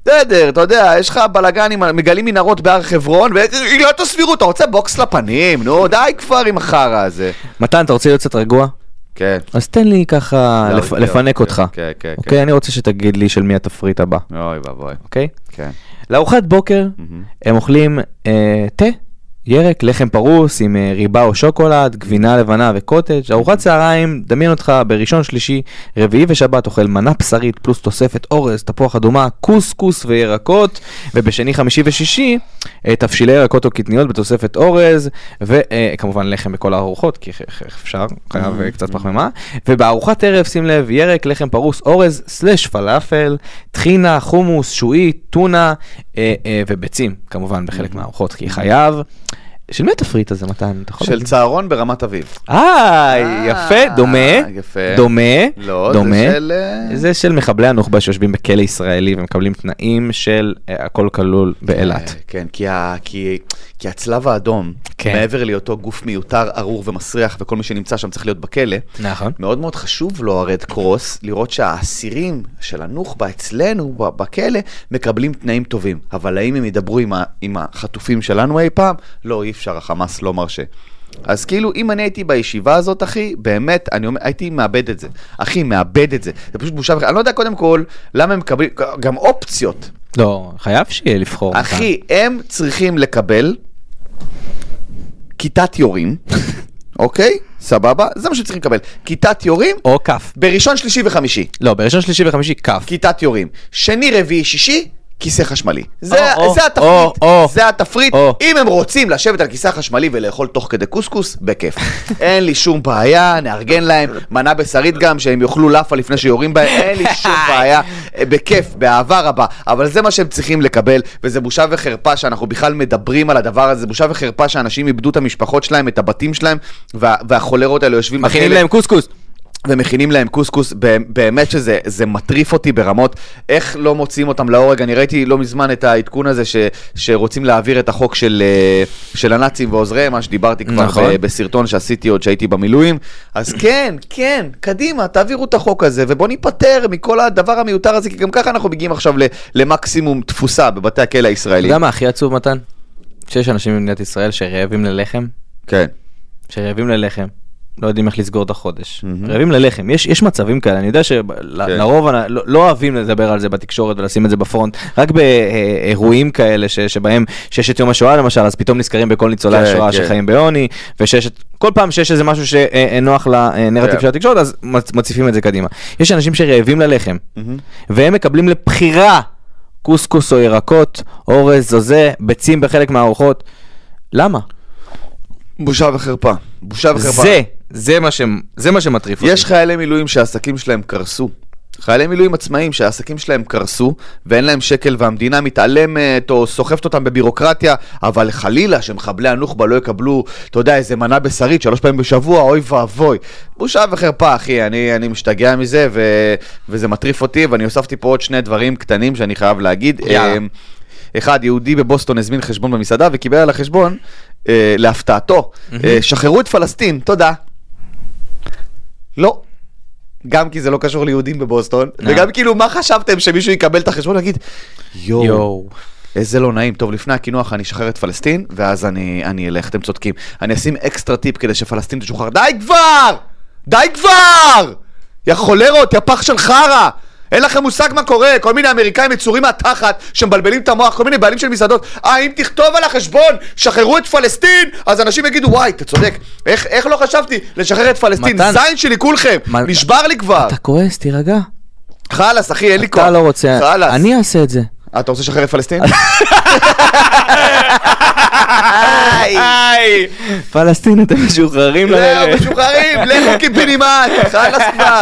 S2: בסדר, אתה יודע, יש לך בלאגנים, מגלים מנהרות בהר חברון, ועילת הסבירות, אתה רוצה בוקס לפנים, נו, די כבר עם החרא הזה.
S3: מתן, אתה רוצה להיות קצת רגוע?
S2: כן.
S3: אז תן לי ככה לפ-
S2: אוקיי,
S3: לפנק
S2: אוקיי,
S3: אותך.
S2: כן, כן, כן.
S3: אוקיי, אני רוצה שתגיד לי של מי התפריט הבא,
S2: אוי ואבוי.
S3: אוקיי?
S2: כן.
S3: לארוחת בוקר
S2: Mm.
S3: הם אוכלים אה, תה, ירק, לחם פרוס עם אה, ריבה או שוקולד, גבינה לבנה וקוטג', ארוחת צהריים, דמיין אותך בראשון, שלישי, רביעי ושבת אוכל מנה בשרית פלוס תוספת אורז, תפוח אדומה, קוסקוס וירקות, ובשני, חמישי ושישי, אה, תבשילי ירקות או קטניות בתוספת אורז, וכמובן לחם בכל הארוחות, כי איך- איך אפשר, חייב אה, קצת פחמימה, ובארוחת ערב, שים לב, ירק, לחם פרוס, אורז, סלש פלאפל, טחינה, חומוס, שועית, טונה אה, אה, וביצים, כמובן
S2: Mm-hmm.
S3: בחלק מהארוחות, כי חייב. של מי התפריט הזה, מתן? אתה יכול
S2: של
S3: להגיד?
S2: צהרון ברמת אביב.
S3: אה,
S2: אה,
S3: יפה, דומה,
S2: יפה.
S3: דומה,
S2: לא,
S3: דומה.
S2: זה של... אה,
S3: זה של מחבלי הנוח'בה שיושבים בכלא ישראלי ומקבלים תנאים של אה, הכל כלול באילת.
S2: אה, כן, כי, ה, כי, כי הצלב האדום,
S3: כן.
S2: כן. מעבר להיותו גוף מיותר, ארור ומסריח, וכל מי שנמצא שם צריך להיות בכלא,
S3: נכון.
S2: מאוד מאוד חשוב לו הרד קרוס לראות שהאסירים של הנוח'בה אצלנו ב- בכלא מקבלים תנאים טובים. אבל האם הם ידברו עם, ה, עם החטופים שלנו אי פעם? לא, אי אפשר, החמאס לא מרשה. אז כאילו, אם אני הייתי בישיבה הזאת, אחי, באמת, אני אומר, הייתי מאבד את זה. אחי, מאבד את זה. זה פשוט בושה וח... אני לא יודע קודם כל למה הם מקבלים, גם אופציות.
S3: לא, חייב שיהיה לבחור. מתן.
S2: אחי, הם צריכים לקבל כיתת יורים, [laughs] אוקיי? סבבה? זה מה שהם צריכים לקבל. כיתת יורים,
S3: או כף.
S2: בראשון, שלישי וחמישי.
S3: לא, בראשון, שלישי וחמישי כף.
S2: כיתת יורים. שני, רביעי, שישי, כיסא חשמלי. זה,
S3: או,
S2: זה
S3: או,
S2: התפריט,
S3: או, או.
S2: זה התפריט.
S3: או.
S2: אם הם רוצים לשבת על כיסא חשמלי ולאכול תוך כדי קוסקוס,
S3: [laughs]
S2: בכיף. אין לי שום בעיה, נארגן להם מנה בשרית גם, שהם יאכלו לאפה לפני שיורים בהם, אין לי
S3: [laughs]
S2: שום בעיה, בכיף, באהבה רבה. אבל זה מה שהם צריכים לקבל, וזה בושה וחרפה שאנחנו בכלל מדברים על הדבר הזה, זה בושה וחרפה שאנשים איבדו את המשפחות שלהם, את הבתים שלהם, וה, והחולרות האלה יושבים...
S3: מכינים
S2: בכלא.
S3: להם קוסקוס.
S2: ומכינים להם קוסקוס, בא- באמת שזה זה מטריף אותי ברמות, איך לא מוציאים אותם להורג. אני ראיתי לא מזמן את העדכון הזה ש, שרוצים להעביר את החוק של, אה, של הנאצים ועוזריהם, מה שדיברתי כבר
S3: נכון.
S2: ב, בסרטון שעשיתי עוד שהייתי במילואים. אז כן, כן, קדימה, תעבירו את החוק הזה, ובוא ניפטר מכל הדבר המיותר הזה, כי גם ככה אנחנו מגיעים עכשיו ל, למקסימום תפוסה בבתי הכלא
S3: אתה
S2: הישראליים.
S3: יודע מה הכי עצוב מתן? שיש אנשים במדינת ישראל שרעבים ללחם,
S2: כן.
S3: שרעבים ללחם, לא יודעים איך לסגור את החודש. רעבים ללחם, יש, יש מצבים כאלה, אני יודע
S2: כן.
S3: שלרוב לא, לא אוהבים לדבר על זה בתקשורת ולשים את זה בפרונט, רק באירועים כאלה ש, שבהם שיש את יום השואה למשל, אז פתאום נזכרים בכל ניצולי
S2: כן,
S3: השואה
S2: כן.
S3: שחיים בעוני, ושיש את, כל פעם שיש איזה משהו שנוח לנרטיב
S2: כן.
S3: של התקשורת, אז מצ- מציפים את זה קדימה. יש אנשים שרעבים ללחם, והם מקבלים לבחירה קוסקוס או ירקות, אורז או זה, ביצים בחלק מהארוחות. למה?
S2: בושה וחרפה. בושה וחרפה.
S3: זה, זה מה, ש... זה מה שמטריף אותי.
S2: יש חיילי מילואים שהעסקים שלהם קרסו. חיילי מילואים עצמאים שהעסקים שלהם קרסו ואין להם שקל והמדינה מתעלמת או סוחפת אותם בבירוקרטיה, אבל חלילה שמחבלי הנוח'בה לא יקבלו, אתה יודע, איזה מנה בשרית שלוש פעמים בשבוע, אוי ואבוי. בושה וחרפה, אחי, אני, אני משתגע מזה ו, וזה מטריף אותי, ואני הוספתי פה עוד שני דברים קטנים שאני חייב להגיד.
S3: יאללה.
S2: אמ, אחד, יהודי בבוסטון הזמין חשבון במסעדה וקיבל על החשבון, אה, להפתעתו, אה, שחררו את פלסטין, תודה. לא. גם כי זה לא קשור ליהודים בבוסטון,
S3: אה.
S2: וגם כאילו מה חשבתם שמישהו יקבל את החשבון ויגיד, יואו,
S3: יואו.
S2: איזה לא נעים, טוב לפני הקינוח אני אשחרר את פלסטין, ואז אני אני אלך, אתם צודקים. אני אשים אקסטרה טיפ כדי שפלסטין תשוחרר, די כבר! די כבר! יא חולרות, יא פח של חרא! אין לכם מושג מה קורה, כל מיני אמריקאים יצורים מהתחת שמבלבלים את המוח, כל מיני בעלים של מסעדות. אה, אם תכתוב על החשבון, שחררו את פלסטין, אז אנשים יגידו, וואי, אתה צודק, איך, איך לא חשבתי לשחרר את פלסטין?
S3: מתן-
S2: זין שלי כולכם,
S3: מה-
S2: נשבר לי כבר.
S3: אתה כועס, תירגע.
S2: חלאס, אחי, אין לי כוח.
S3: אתה לא רוצה,
S2: חלאס.
S3: אני אעשה את זה.
S2: אה, אתה רוצה לשחרר את פלסטין? היי!
S3: פלסטין, אתם משוחררים
S2: זהו,
S3: ללב.
S2: לא, משוחררים, לכו קיבינימט, חלאס כבר,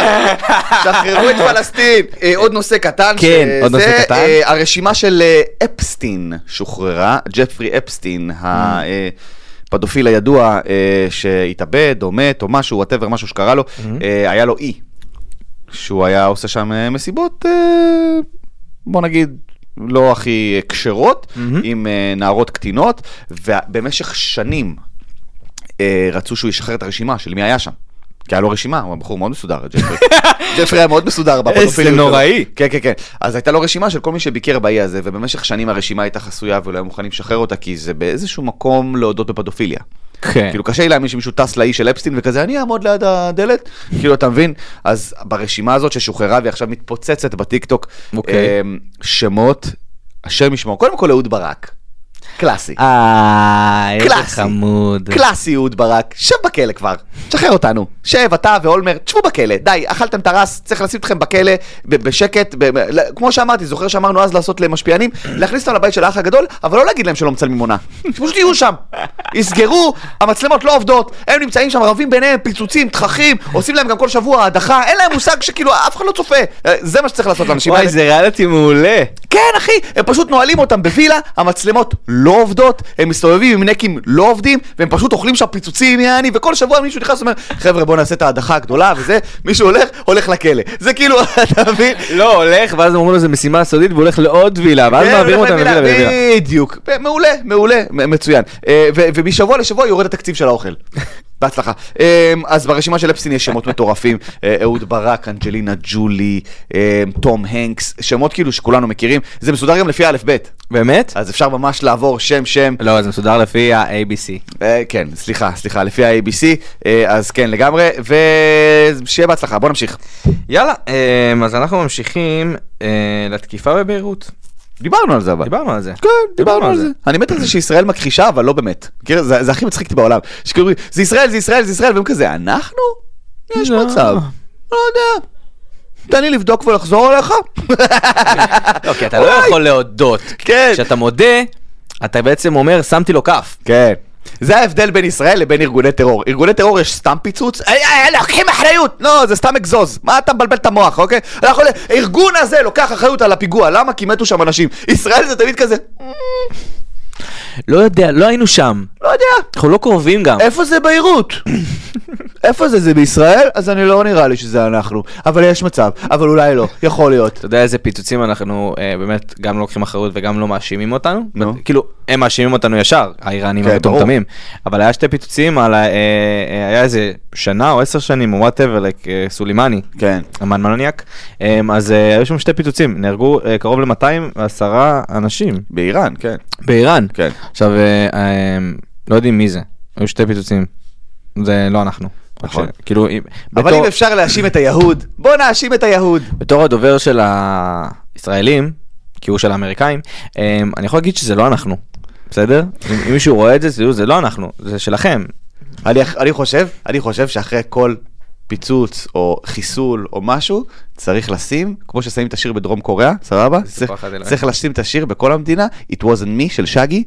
S2: שחררו את פלסטין. אה, עוד נושא קטן,
S3: כן,
S2: שזה,
S3: עוד נושא
S2: אה,
S3: קטן.
S2: הרשימה של אה, אפסטין שוחררה, ג'פרי אפסטין,
S3: Mm.
S2: ה- אה, פדופיל הידוע אה, שהתאבד או מת או משהו, וואטאבר, משהו שקרה לו,
S3: Mm-hmm.
S2: אה, היה לו אי. שהוא היה עושה שם אה, מסיבות, אה, בוא נגיד, לא הכי אה, כשרות,
S3: Mm-hmm.
S2: עם אה, נערות קטינות, ובמשך שנים אה, רצו שהוא ישחרר את הרשימה של מי היה שם. כי היה לו רשימה, הוא היה בחור מאוד מסודר, [laughs] ג'פרי. ג'פרי היה מאוד מסודר בפדופיליות.
S3: איזה נוראי.
S2: שלו. כן, כן, כן. אז הייתה לו רשימה של כל מי שביקר באי הזה, ובמשך שנים הרשימה הייתה חסויה ולא היו מוכנים לשחרר אותה, כי זה באיזשהו מקום להודות בפדופיליה.
S3: כן.
S2: כאילו קשה לי להאמין שמישהו טס לאי של אפסטין וכזה, אני אעמוד ליד הדלת, כאילו אתה מבין? אז ברשימה הזאת ששוחררה והיא עכשיו מתפוצצת בטיקטוק,
S3: אוקיי.
S2: אמ, שמות, השם ישמור, קודם כל אהוד ברק, קלאסי,
S3: אה, איזה
S2: קלאסי.
S3: חמוד.
S2: קלאסי אהוד ברק, שב בכלא כבר, שחרר אותנו, שב אתה ואולמרט, שבו בכלא, די, אכלתם את הרס, צריך לשים אתכם בכלא ב- בשקט, ב- ב- ל- כמו שאמרתי, זוכר שאמרנו אז לעשות למשפיענים, להכניס אותם לבית של האח הגדול, אבל לא להגיד להם שלא מצלמים עונה, פשוט יהיו שם, יסגרו, המצלמות לא עובדות, הם נמצאים שם רבים ביניהם, פיצוצים, תככים, עושים להם גם כל שבוע הדחה, אין להם מושג שכאילו אף אחד לא צופה, אה, זה מה שצריך לעשות לאנשים
S3: וואי,
S2: האלה.
S3: זה ריאליטי מעולה.
S2: כן אחי, הם פשוט נועלים אותם בווילה, המצלמות לא עובדות, הם מסתובבים עם נקים לא עובדים, והם פשוט אוכלים שם פיצוצים יעני, וכל שבוע מישהו נכנס ואומר, חבר'ה בוא נעשה את ההדחה הגדולה וזה, מישהו הולך, הולך לכלא. זה כאילו, אתה מבין?
S3: לא, הולך, ואז אומרים לו, זו משימה סודית, והוא הולך לעוד וילה, ואז
S2: כן,
S3: מעבירים
S2: הולך
S3: אותם לווילה ולווילה.
S2: בדיוק, מעולה, מעולה, מ- מצוין. אה, ו- ומשבוע לשבוע יורד התקציב של
S3: [laughs]
S2: האוכל. בהצלחה. אה, אז ברשימה של אפסטין יש שמות מטורפים, אה, אהוד ברק, אנג'לינה ג'ולי, אה, תום הנקס, שמות כאילו שכולנו מכירים, זה מסודר גם לפי האלף-בית.
S3: באמת?
S2: אז אפשר ממש לעבור שם שם.
S3: לא, זה מסודר לפי ה-ABC.
S2: אה, כן, סליחה, סליחה, לפי ה-ABC, אה, אז כן לגמרי, ושיהיה בהצלחה, בוא נמשיך.
S3: יאללה, אמ, אז אנחנו ממשיכים אה, לתקיפה בביירות.
S2: דיברנו על זה אבל.
S3: דיברנו על זה.
S2: כן, דיברנו על זה. אני מת על זה שישראל מכחישה, אבל לא באמת. מכיר? זה זה הכי מצחיק אותי בעולם. שכאילו, אומרים, זה ישראל, זה ישראל, זה ישראל, והם כזה, אנחנו? יש
S3: לא.
S2: מצב. לא יודע. תן לי לבדוק ולחזור אליך. [laughs]
S3: לא, כי אתה לא יכול להודות.
S2: כן.
S3: כשאתה מודה, אתה בעצם אומר, שמתי לו כף.
S2: כן. זה ההבדל בין ישראל לבין ארגוני טרור. ארגוני טרור יש סתם פיצוץ, "אה, אה, לוקחים אחריות! לא, זה סתם אגזוז. מה אתה מבלבל את המוח, אוקיי? אנחנו... הארגון הזה לוקח אחריות על הפיגוע, למה? כי מתו שם אנשים. ישראל זה תמיד כזה,
S3: לא יודע, לא היינו שם.
S2: לא יודע,
S3: אנחנו לא קרובים גם.
S2: איפה זה ביירות? [laughs] איפה זה? זה בישראל? אז אני לא נראה לי שזה אנחנו. אבל יש מצב, אבל אולי לא, יכול להיות.
S3: אתה יודע איזה פיצוצים אנחנו אה, באמת גם לא לוקחים אחריות וגם לא מאשימים אותנו?
S2: נו.
S3: כאילו, הם מאשימים אותנו ישר, האיראנים
S2: כן,
S3: המטומטמים. אבל היה שתי פיצוצים על ה... אה, אה, היה איזה שנה או עשר שנים או וואטאבר, סולימני.
S2: כן.
S3: אמן מנוניאק, אה, אז אה, היו שם שתי פיצוצים, נהרגו אה, קרוב ל-210 אנשים
S2: באיראן, כן.
S3: באיראן.
S2: כן.
S3: עכשיו, אה, אה, לא יודעים מי זה, היו שתי פיצוצים, זה לא אנחנו.
S2: נכון.
S3: ש- כאילו, אם-
S2: אבל
S3: בתור-
S2: אם אפשר להאשים את היהוד, בוא נאשים את היהוד.
S3: בתור הדובר של הישראלים, כי הוא של האמריקאים, אמ, אני יכול להגיד שזה לא אנחנו, בסדר? אם אם מישהו רואה את זה, תדעו, זה לא אנחנו, זה שלכם.
S2: אני, אני חושב, אני חושב שאחרי כל פיצוץ או חיסול או משהו, צריך לשים, כמו ששמים את השיר בדרום קוריאה, סבבה?
S3: זה
S2: צריך,
S3: סיפור אחד אליי.
S2: צריך לשים את השיר בכל המדינה, It wasn't me של [laughs] שגי.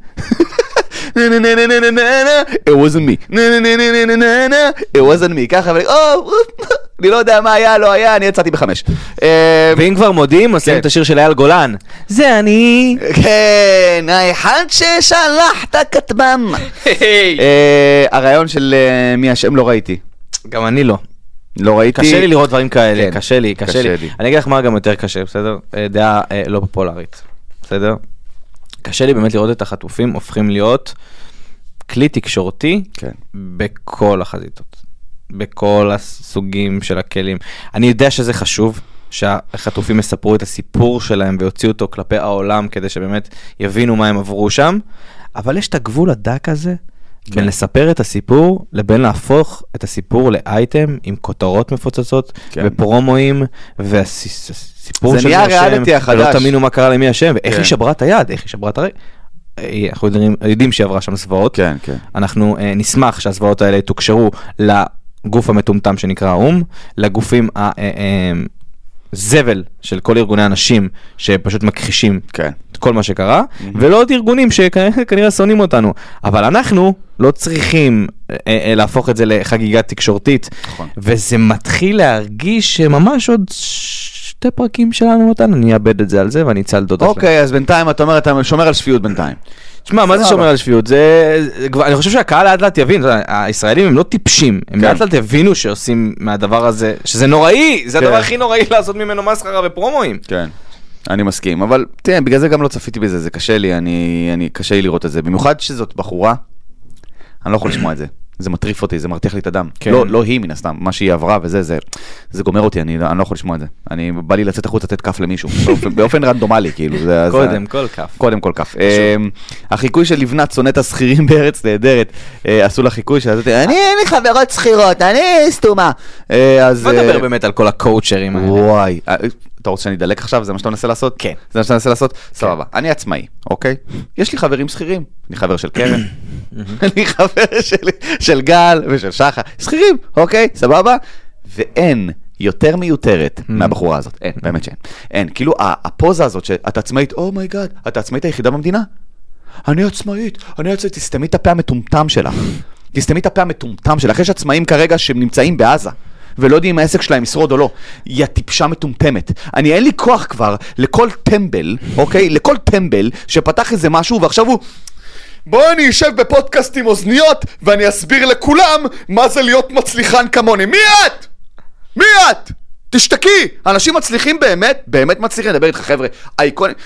S2: It wasn't me. [laughs] It wasn't me. ככה, ואני, "או, [laughs] אני לא יודע מה היה, לא היה, אני יצאתי בחמש. אה,
S3: ואם כבר מודיעים, אז שמים
S2: כן.
S3: את השיר של אייל גולן. זה אני.
S2: כן, האחד ששלחת
S3: [laughs]
S2: כטב"ם. אה, הרעיון של אה, מי השם לא ראיתי.
S3: גם אני לא.
S2: לא ראיתי.
S3: קשה לי לראות דברים כאלה,
S2: כן,
S3: קשה לי, קשה
S2: קשה
S3: לי.
S2: לי.
S3: אני אגיד לך מה גם יותר קשה, בסדר? אה, דעה אה, לא פופולרית, בסדר? קשה לי באמת לראות את החטופים הופכים להיות כלי תקשורתי
S2: כן.
S3: בכל החזיתות, בכל הסוגים של הכלים. אני יודע שזה חשוב. שהחטופים יספרו את הסיפור שלהם ויוציאו אותו כלפי העולם כדי שבאמת יבינו מה הם עברו שם, אבל יש את הגבול הדק הזה כן. בין לספר את הסיפור לבין להפוך את הסיפור לאייטם עם כותרות מפוצצות
S2: כן.
S3: כן. ופרומואים והסיפור
S2: זה
S3: של מי
S2: נהיה
S3: אשם,
S2: הריאליטי
S3: ולא
S2: החדש.
S3: תאמינו מה קרה למי אשם ואיך
S2: כן.
S3: היא שברה את היד, איך היא שברה את הרגל. אה, אנחנו יודעים, יודעים שהיא עברה שם זוועות,
S2: כן, כן.
S3: אנחנו אה, נשמח שהזוועות האלה יתוקשרו לגוף המטומטם שנקרא האו"ם, לגופים ה... אה, אה, זבל של כל ארגוני הנשים שפשוט מכחישים
S2: כן.
S3: את כל מה שקרה, ולא עוד ארגונים שכנראה שונאים אותנו. אבל אנחנו לא צריכים אה, אה, להפוך את זה לחגיגה תקשורתית,
S2: נכון.
S3: וזה מתחיל להרגיש שממש עוד שתי פרקים שלנו אותנו, אני אאבד את זה על זה ואני אצא על דודה שלנו.
S2: אוקיי, אז בינתיים אתה אומר, אתה שומר על שפיות בינתיים.
S3: תשמע, מה זה
S2: סבבה.
S3: שומר על שפיות? זה... זה כבר- אני חושב שהקהל לאט לאט יבין, אתה יודע, הישראלים הם לא טיפשים, הם
S2: כן.
S3: לאט לאט יבינו שעושים מהדבר הזה, שזה נוראי, זה הדבר
S2: כן.
S3: הכי נוראי לעשות ממנו מסחרה ופרומואים.
S2: כן. אני מסכים, אבל תראה, בגלל זה גם לא צפיתי בזה, זה קשה לי, אני, אני, קשה לי לראות את זה. במיוחד שזאת בחורה, אני לא יכול לשמוע את זה. זה מטריף אותי, זה מרתיח לי את הדם.
S3: כן.
S2: לא, לא היא מן הסתם, מה שהיא עברה וזה, זה, זה גומר אותי, אני, לא- אני לא יכול לשמוע את זה. אני, בא לי לצאת החוצה לתת כף
S3: [laughs]
S2: למישהו, באופן, באופן רנדומלי, כאילו. זה, זה-
S3: קודם כל כף.
S2: קודם כל כף. אמ, החיקוי של לבנת שונאת השכירים [laughs] בארץ נהדרת, אה, עשו לה חיקוי של... אני אין לי חברות שכירות, אני סתומה. אה, אז...
S3: בוא
S2: אה,
S3: נדבר באמת על כל הקואוצ'רים האלה.
S2: וואי. אה, אתה רוצה שאני אדלק עכשיו? זה מה שאתה מנסה לעשות?
S3: כן.
S2: זה מה שאתה מנסה לעשות? סבבה. אני עצמאי, אוקיי? יש לי חברים שכירים. אני חבר של
S3: [coughs]
S2: קרן. אני חבר של- של גל ושל שחר. שכירים, אוקיי? סבבה? ואין. יותר
S3: Mm.
S2: מיותרת מהבחורה הזאת, אין, באמת שאין. אין, כאילו ה- הפוזה הזאת שאת עצמאית, אומייגאד, את העצמאית היחידה במדינה? אני עצמאית, אני עצמאית, תסתמי את הפה המטומטם שלך. תסתמי את הפה המטומטם שלך. יש עצמאים כרגע שהם נמצאים בעזה. ולא יודעים אם העסק שלהם ישרוד או לא. היא הטיפשה מטומטמת. אני אין לי כוח כבר לכל טמבל, אוקיי? לכל טמבל שפתח איזה משהו ועכשיו הוא... בוא אני אשב בפודקאסט עם אוזניות ואני אסביר לכולם מה זה להיות מצליחן כמוני. מי את? מי את? תשתקי! אנשים מצליחים באמת, באמת מצליחים. אני מדבר איתך, חבר'ה, אייקונים.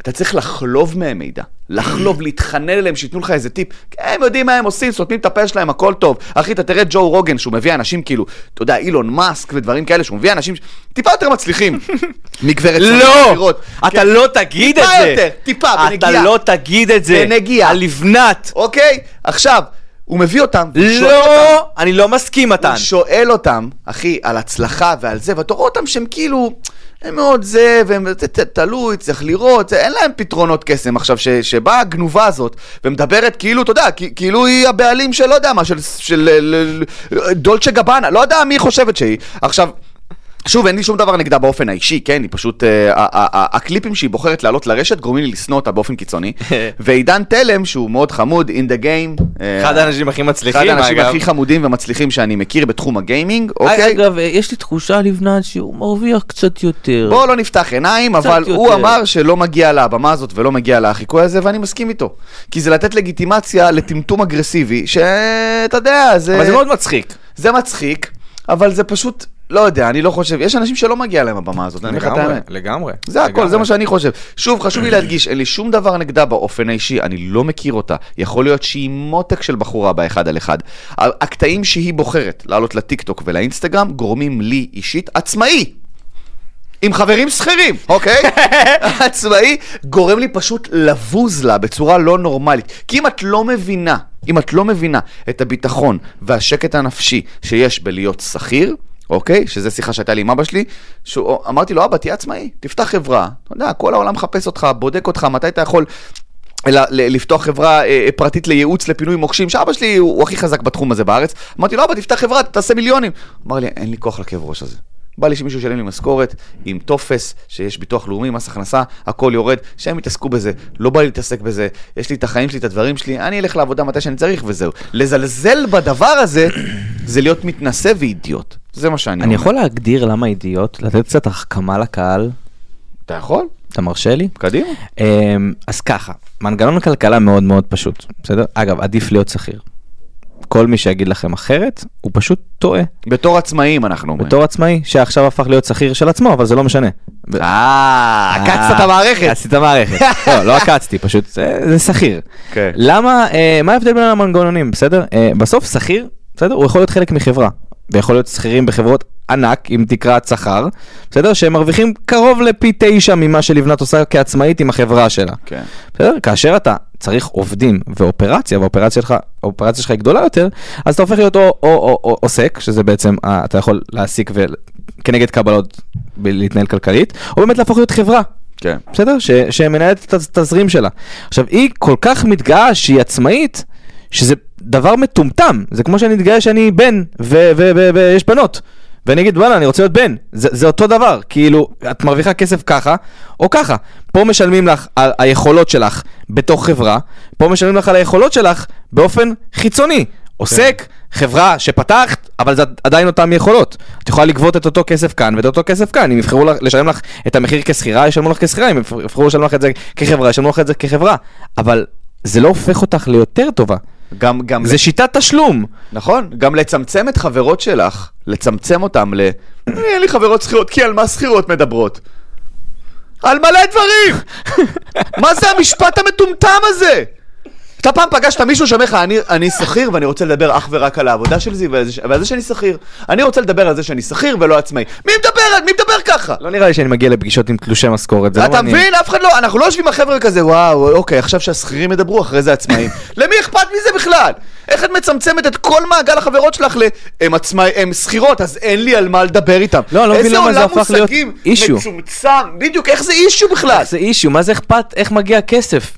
S2: אתה צריך לחלוב מהם מידע. לחלוב, להתחנן אליהם, שייתנו לך איזה טיפ. כן, הם יודעים מה הם עושים, סותמים את הפה שלהם, הכל טוב. אחי, אתה תראה את ג'ו רוגן, שהוא מביא אנשים כאילו, אתה יודע, אילון מאסק ודברים כאלה, שהוא מביא אנשים ש- טיפה יותר
S3: [laughs]
S2: מצליחים מגברת סמי
S3: לא!
S2: פירות.
S3: אתה לא תגיד את
S2: כן. טיפה
S3: זה!
S2: יותר, טיפה,
S3: אתה
S2: בנגיעה.
S3: לא תגיד את זה!
S2: בנגיעה.
S3: על לבנת!
S2: אוקיי? עכשיו, הוא מביא אותם. הוא שואל אותם,
S3: לא! אני לא מסכים, מתן.
S2: הוא שואל אותם, אחי, על הצלחה ועל זה, ואתה רואה אותם שהם כאילו, הם מאוד זה, והם זה- זה תלוי, צריך לראות, זה- אין להם פתרונות קסם עכשיו, ש- שבאה הגנובה הזאת, ומדברת כאילו, אתה יודע, כי- כאילו היא הבעלים של לא יודע מה, של- של אה, ל- ל- דולצ'ה גבאנה, לא יודע מי היא חושבת שהיא. עכשיו... שוב, אין לי שום דבר נגדה באופן האישי, כן? היא פשוט... אה, ה- ה- ה- הקליפים שהיא בוחרת לעלות לרשת גורמים לי לשנוא אותה
S4: [laughs]
S2: באופן קיצוני. ועידן תלם, שהוא מאוד חמוד, in the game. אה,
S4: אחד האנשים הכי מצליחים,
S2: אחד
S4: אגב.
S2: האנשים הכי חמודים ומצליחים שאני מכיר בתחום הגיימינג, אוקיי?
S3: אגב, אה, יש לי תחושה, לבנת, שהוא מרוויח קצת יותר.
S2: בואו לא נפתח עיניים,
S3: קצת
S2: אבל הוא
S3: יותר.
S2: אמר שלא מגיע לבמה הזאת ולא מגיע לחיקוי הזה, ואני מסכים איתו. כי זה לתת לגיטימציה לטמטום אגרסיבי, שאתה יודע, זה...
S4: אבל זה מאוד מצחיק.
S2: זה מצחיק, אבל זה פשוט, לא יודע, אני לא חושב, יש אנשים שלא מגיע להם הבמה הזאת, אני אומר לך את
S4: לגמרי,
S2: האמת.
S4: לגמרי.
S2: זה הכל,
S4: לגמרי.
S2: זה מה שאני חושב. שוב, חשוב לי להדגיש, אין לי שום דבר נגדה באופן האישי, אני לא מכיר אותה. יכול להיות שהיא מותק של בחורה באחד על אחד. ה- הקטעים שהיא בוחרת לעלות לטיקטוק ולאינסטגרם גורמים לי אישית עצמאי. עם חברים שכירים, אוקיי? עצמאי גורם לי פשוט לבוז לה בצורה לא נורמלית. כי אם את לא מבינה, אם את לא מבינה את הביטחון והשקט הנפשי שיש בלהיות שכיר, אוקיי? שזו שיחה שהייתה לי עם אבא שלי, שאמרתי לו, אבא, תהיה עצמאי, תפתח חברה. אתה יודע, כל העולם מחפש אותך, בודק אותך, מתי אתה יכול... אלא ל- לפתוח חברה אה, אה, פרטית לייעוץ לפינוי מוקשים, שאבא שלי הוא, הוא הכי חזק בתחום הזה בארץ. אמרתי לו, אבא, תפתח חברה, תעשה מיליונים. אמר לי, אין לי כוח לכאב ראש הזה. בא לי שמישהו ישלם לי משכורת עם טופס, שיש ביטוח לאומי, מס הכנסה, הכל יורד, שהם יתעסקו בזה, לא בא לי להתעסק בזה, יש לי את החיים שלי, את הדברים שלי, אני אלך לעבודה מתי שאני צריך וזהו. לזלזל בדבר הזה, זה להיות מתנשא ואידיוט. זה מה שאני
S3: אני
S2: אומר.
S3: יכול להגדיר למה אידיוט? לתת קצת החכמה לקהל?
S2: אתה יכול?
S3: אתה מרשה לי?
S2: קדימה.
S3: אמ, אז ככה, מנגנון הכלכלה מאוד מאוד פשוט, בסדר? אגב, עדיף להיות שכיר. כל מי שיגיד לכם אחרת, הוא פשוט טועה.
S2: בתור עצמאים אנחנו אומרים.
S3: בתור עצמאי, שעכשיו הפך להיות שכיר של עצמו, אבל זה לא משנה.
S2: אה, עקצת את המערכת.
S3: עשית מערכת. לא, לא עקצתי, פשוט זה זה שכיר.
S2: כן.
S3: למה, אה, מה ההבדל בין המנגנונים, בסדר? אה, בסוף שכיר, בסדר? הוא יכול להיות חלק מחברה. ויכול להיות שכירים בחברות ענק עם תקרת שכר, בסדר? שהם מרוויחים קרוב לפי תשע ממה שלבנת עושה כעצמאית עם החברה שלה.
S2: כן.
S3: בסדר? כאשר אתה צריך עובדים ואופרציה, והאופרציה שלך, האופרציה שלך היא גדולה יותר, אז אתה הופך להיות או, או, או, או עוסק, שזה בעצם, אה, אתה יכול להעסיק ו... כנגד קבלות ב- להתנהל כלכלית, או באמת להפוך להיות חברה.
S2: כן.
S3: בסדר? ש, שמנהלת את התזרים שלה. עכשיו, היא כל כך מתגאה שהיא עצמאית, שזה דבר מטומטם. זה כמו שאני אתגאה שאני בן, ויש ו- ו- ויש בנות. ואני אגיד, וואלה, אני רוצה להיות בן. זה, זה אותו דבר. כאילו, את מרוויחה כסף ככה, או ככה. פה משלמים לך על היכולות שלך בתוך חברה, פה משלמים לך על היכולות שלך באופן חיצוני. עוסק, חברה שפתחת, אבל זה עדיין אותן יכולות. את יכולה לגבות את אותו כסף כאן ואת אותו כסף כאן. אם יבחרו לך- לשלם לך את המחיר כשכירה, ישלמו לך כשכירה, אם יבח- יבחרו לשלם לך את זה כחברה, ישלמו לך את זה כחברה. אבל זה לא הופך אותך ליותר טובה.
S2: גם, גם...
S3: זה שיטת תשלום.
S2: נכון, גם לצמצם את חברות שלך, לצמצם אותן ל... אין לי חברות שכירות, כי על מה שכירות מדברות? על מלא דברים! מה זה המשפט המטומטם הזה? אתה פעם פגשת מישהו שאומר לך, אני, אני שכיר ואני רוצה לדבר אך ורק על העבודה שלי ועל זה- ועל זה שאני שכיר. אני רוצה לדבר על זה שאני שכיר ולא עצמאי. מי מדבר? מי מדבר ככה?
S3: לא נראה לי שאני מגיע לפגישות עם תלושי משכורת, זה לא
S2: אתה
S3: מעניין.
S2: מבין? אף אחד לא, אנחנו לא יושבים עם החבר'ה כזה, וואו, אוקיי, עכשיו שהשכירים ידברו, אחרי זה
S3: [laughs]
S2: עצמאים. למי אכפת מזה בכלל? איך את מצמצמת את כל מעגל החברות שלך ל... הם עצמאים, הם שכירות, אז אין לי על מה לדבר איתם.
S3: לא, אני לא מבין למה זה
S2: איזה
S3: הפך
S2: עולם
S3: להיות
S2: מושגים
S3: אישיו.
S2: מצומצם, בדיוק, איך זה אישיו בכלל?
S3: זה אישיו, מה זה אכפת, איך מגיע הכסף?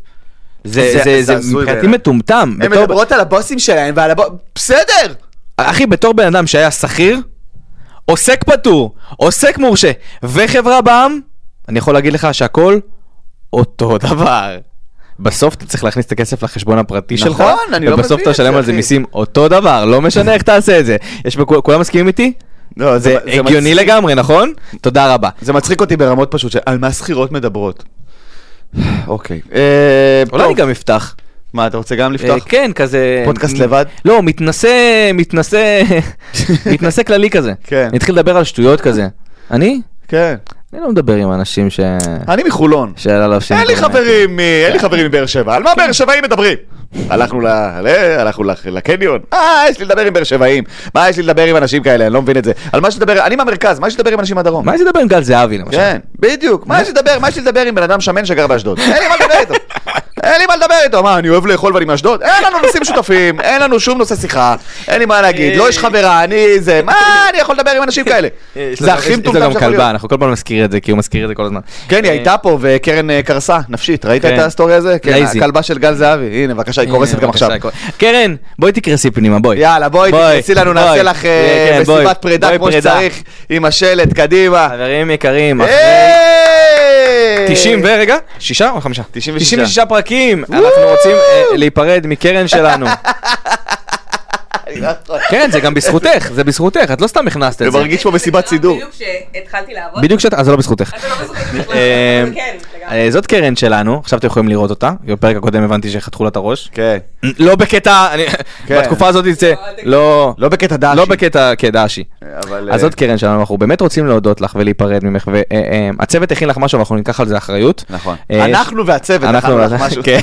S3: זה,
S2: זה-
S3: זה, זה,
S2: זה הזוי
S3: מבחינתי
S2: בעיניי.
S3: מטומטם.
S2: הן
S3: בתור-
S2: מדברות על הבוסים שלהם ועל הבוס... בסדר!
S3: אחי, בתור בן אדם שהיה שכיר, עוסק פטור, עוסק מורשה וחברה בע"מ, אני יכול להגיד לך שהכל אותו דבר. בסוף אתה צריך להכניס את הכסף לחשבון הפרטי
S2: נכון,
S3: שלך,
S2: אני לא
S3: ובסוף
S2: מבין
S3: אתה
S2: את זה,
S3: משלם על זה
S2: אחי.
S3: מיסים אותו דבר, לא משנה איך תעשה את זה. יש בכו- כולם מסכימים איתי?
S2: לא,
S3: זה הגיוני לגמרי, נכון? תודה רבה.
S2: זה מצחיק אותי ברמות פשוט, על מה שכירות מדברות. [sighs] אוקיי. אה,
S3: אולי אני
S2: טוב.
S3: גם אפתח.
S2: מה, אתה רוצה גם
S3: אה,
S2: לפתוח?
S3: כן, כזה...
S2: פודקאסט
S3: מ-
S2: לבד?
S3: לא, מתנשא,
S2: [laughs]
S3: מתנשא, מתנשא כללי כזה.
S2: כן.
S3: אני אתחיל לדבר על שטויות כזה. אני?
S2: כן.
S3: אני לא מדבר עם אנשים ש...
S2: אני מחולון.
S3: שאלה לא עושים.
S2: אין לי חברים, מ- אין לי חברים מבאר שבע, על מה באר שבעים מדברים? הלכנו ל... ל- הלכנו לח- לקניון, אה, יש לי לדבר עם באר שבעים, מה יש לי לדבר עם אנשים כאלה, אני לא מבין את זה. על מה שתדבר, אני מהמרכז, מה יש לי לדבר עם אנשים מהדרום?
S3: מה יש לדבר עם גל זהבי למשל?
S2: כן, בדיוק, מה יש לי לדבר, מה יש לי לדבר עם בן אדם שמן שגר באשדוד? אין לי מה לדבר איתו. אין לי מה לדבר איתו, מה, אני אוהב לאכול ואני מאשדוד? אין לנו נושאים משותפים, אין לנו שום נושא שיחה, אין לי מה להגיד, לא יש חברה, אני זה, מה, אני יכול לדבר עם אנשים כאלה?
S3: יש לו
S2: זה
S3: גם-
S2: הכי
S3: יש-
S2: מטומטם
S3: יש לו גם
S2: שיכול להיות.
S3: כלבה, אנחנו כל פעם נזכיר את זה, כי הוא מזכיר את זה כל הזמן. אה,
S2: כן, היא הייתה פה וקרן אה, קרסה, נפשית, ראית
S3: כן.
S2: את הסטורי הזה? כן,
S3: לייזי.
S2: הכלבה של גל זהבי, הנה, בבקשה, היא קורסת
S3: הנה,
S2: גם
S3: בבקשה,
S2: עכשיו.
S3: קור- קרן, בואי תקרסי פנימה, בואי.
S2: יאללה, בואי,
S3: בואי,
S2: תכנסי לנו, נעשה
S3: בואי.
S2: לך אה,
S3: כן, בואי,
S2: מסיבת פרידה
S3: בואי,
S2: כמו שצריך, עם השלט, קדימה.
S3: חברים יקרים, אחרי
S2: אה! היי!
S3: 90 ורגע, אה, שישה או חמישה?
S2: 96.
S3: 96 פרקים, אנחנו רוצים אה, להיפרד מקרן שלנו. [laughs]
S2: כן.
S3: קרן, זה גם בזכותך, זה בזכותך, את לא סתם הכנסת את זה.
S2: ומרגיש כמו מסיבת סידור.
S5: לא בדיוק כשהתחלתי לעבוד.
S3: בדיוק שאתה, אז זה לא
S5: [laughs]
S3: בזכותך.
S5: אתה לא מסוגל בכלל.
S3: אה,
S5: כן, לגמרי.
S3: אה, זאת קרן שלנו, עכשיו אתם יכולים לראות אותה, בפרק הקודם הבנתי שחתכו לה את הראש.
S2: כן.
S3: לא בקטע, [laughs] אני-
S2: כן.
S3: בתקופה הזאת זה, לא,
S2: לא בקטע דאשי.
S3: לא בקטע כדאשי.
S2: אבל...
S3: אז
S2: אה,
S3: זאת קרן שלנו, אנחנו באמת רוצים להודות לך ולהיפרד ממך, והצוות הכין לך משהו, ואנחנו ניקח על זה אחריות.
S2: נכון.
S3: אה,
S2: אנחנו והצוות,
S3: אנחנו,
S2: אכלנו לך משהו.
S3: [laughs] כן.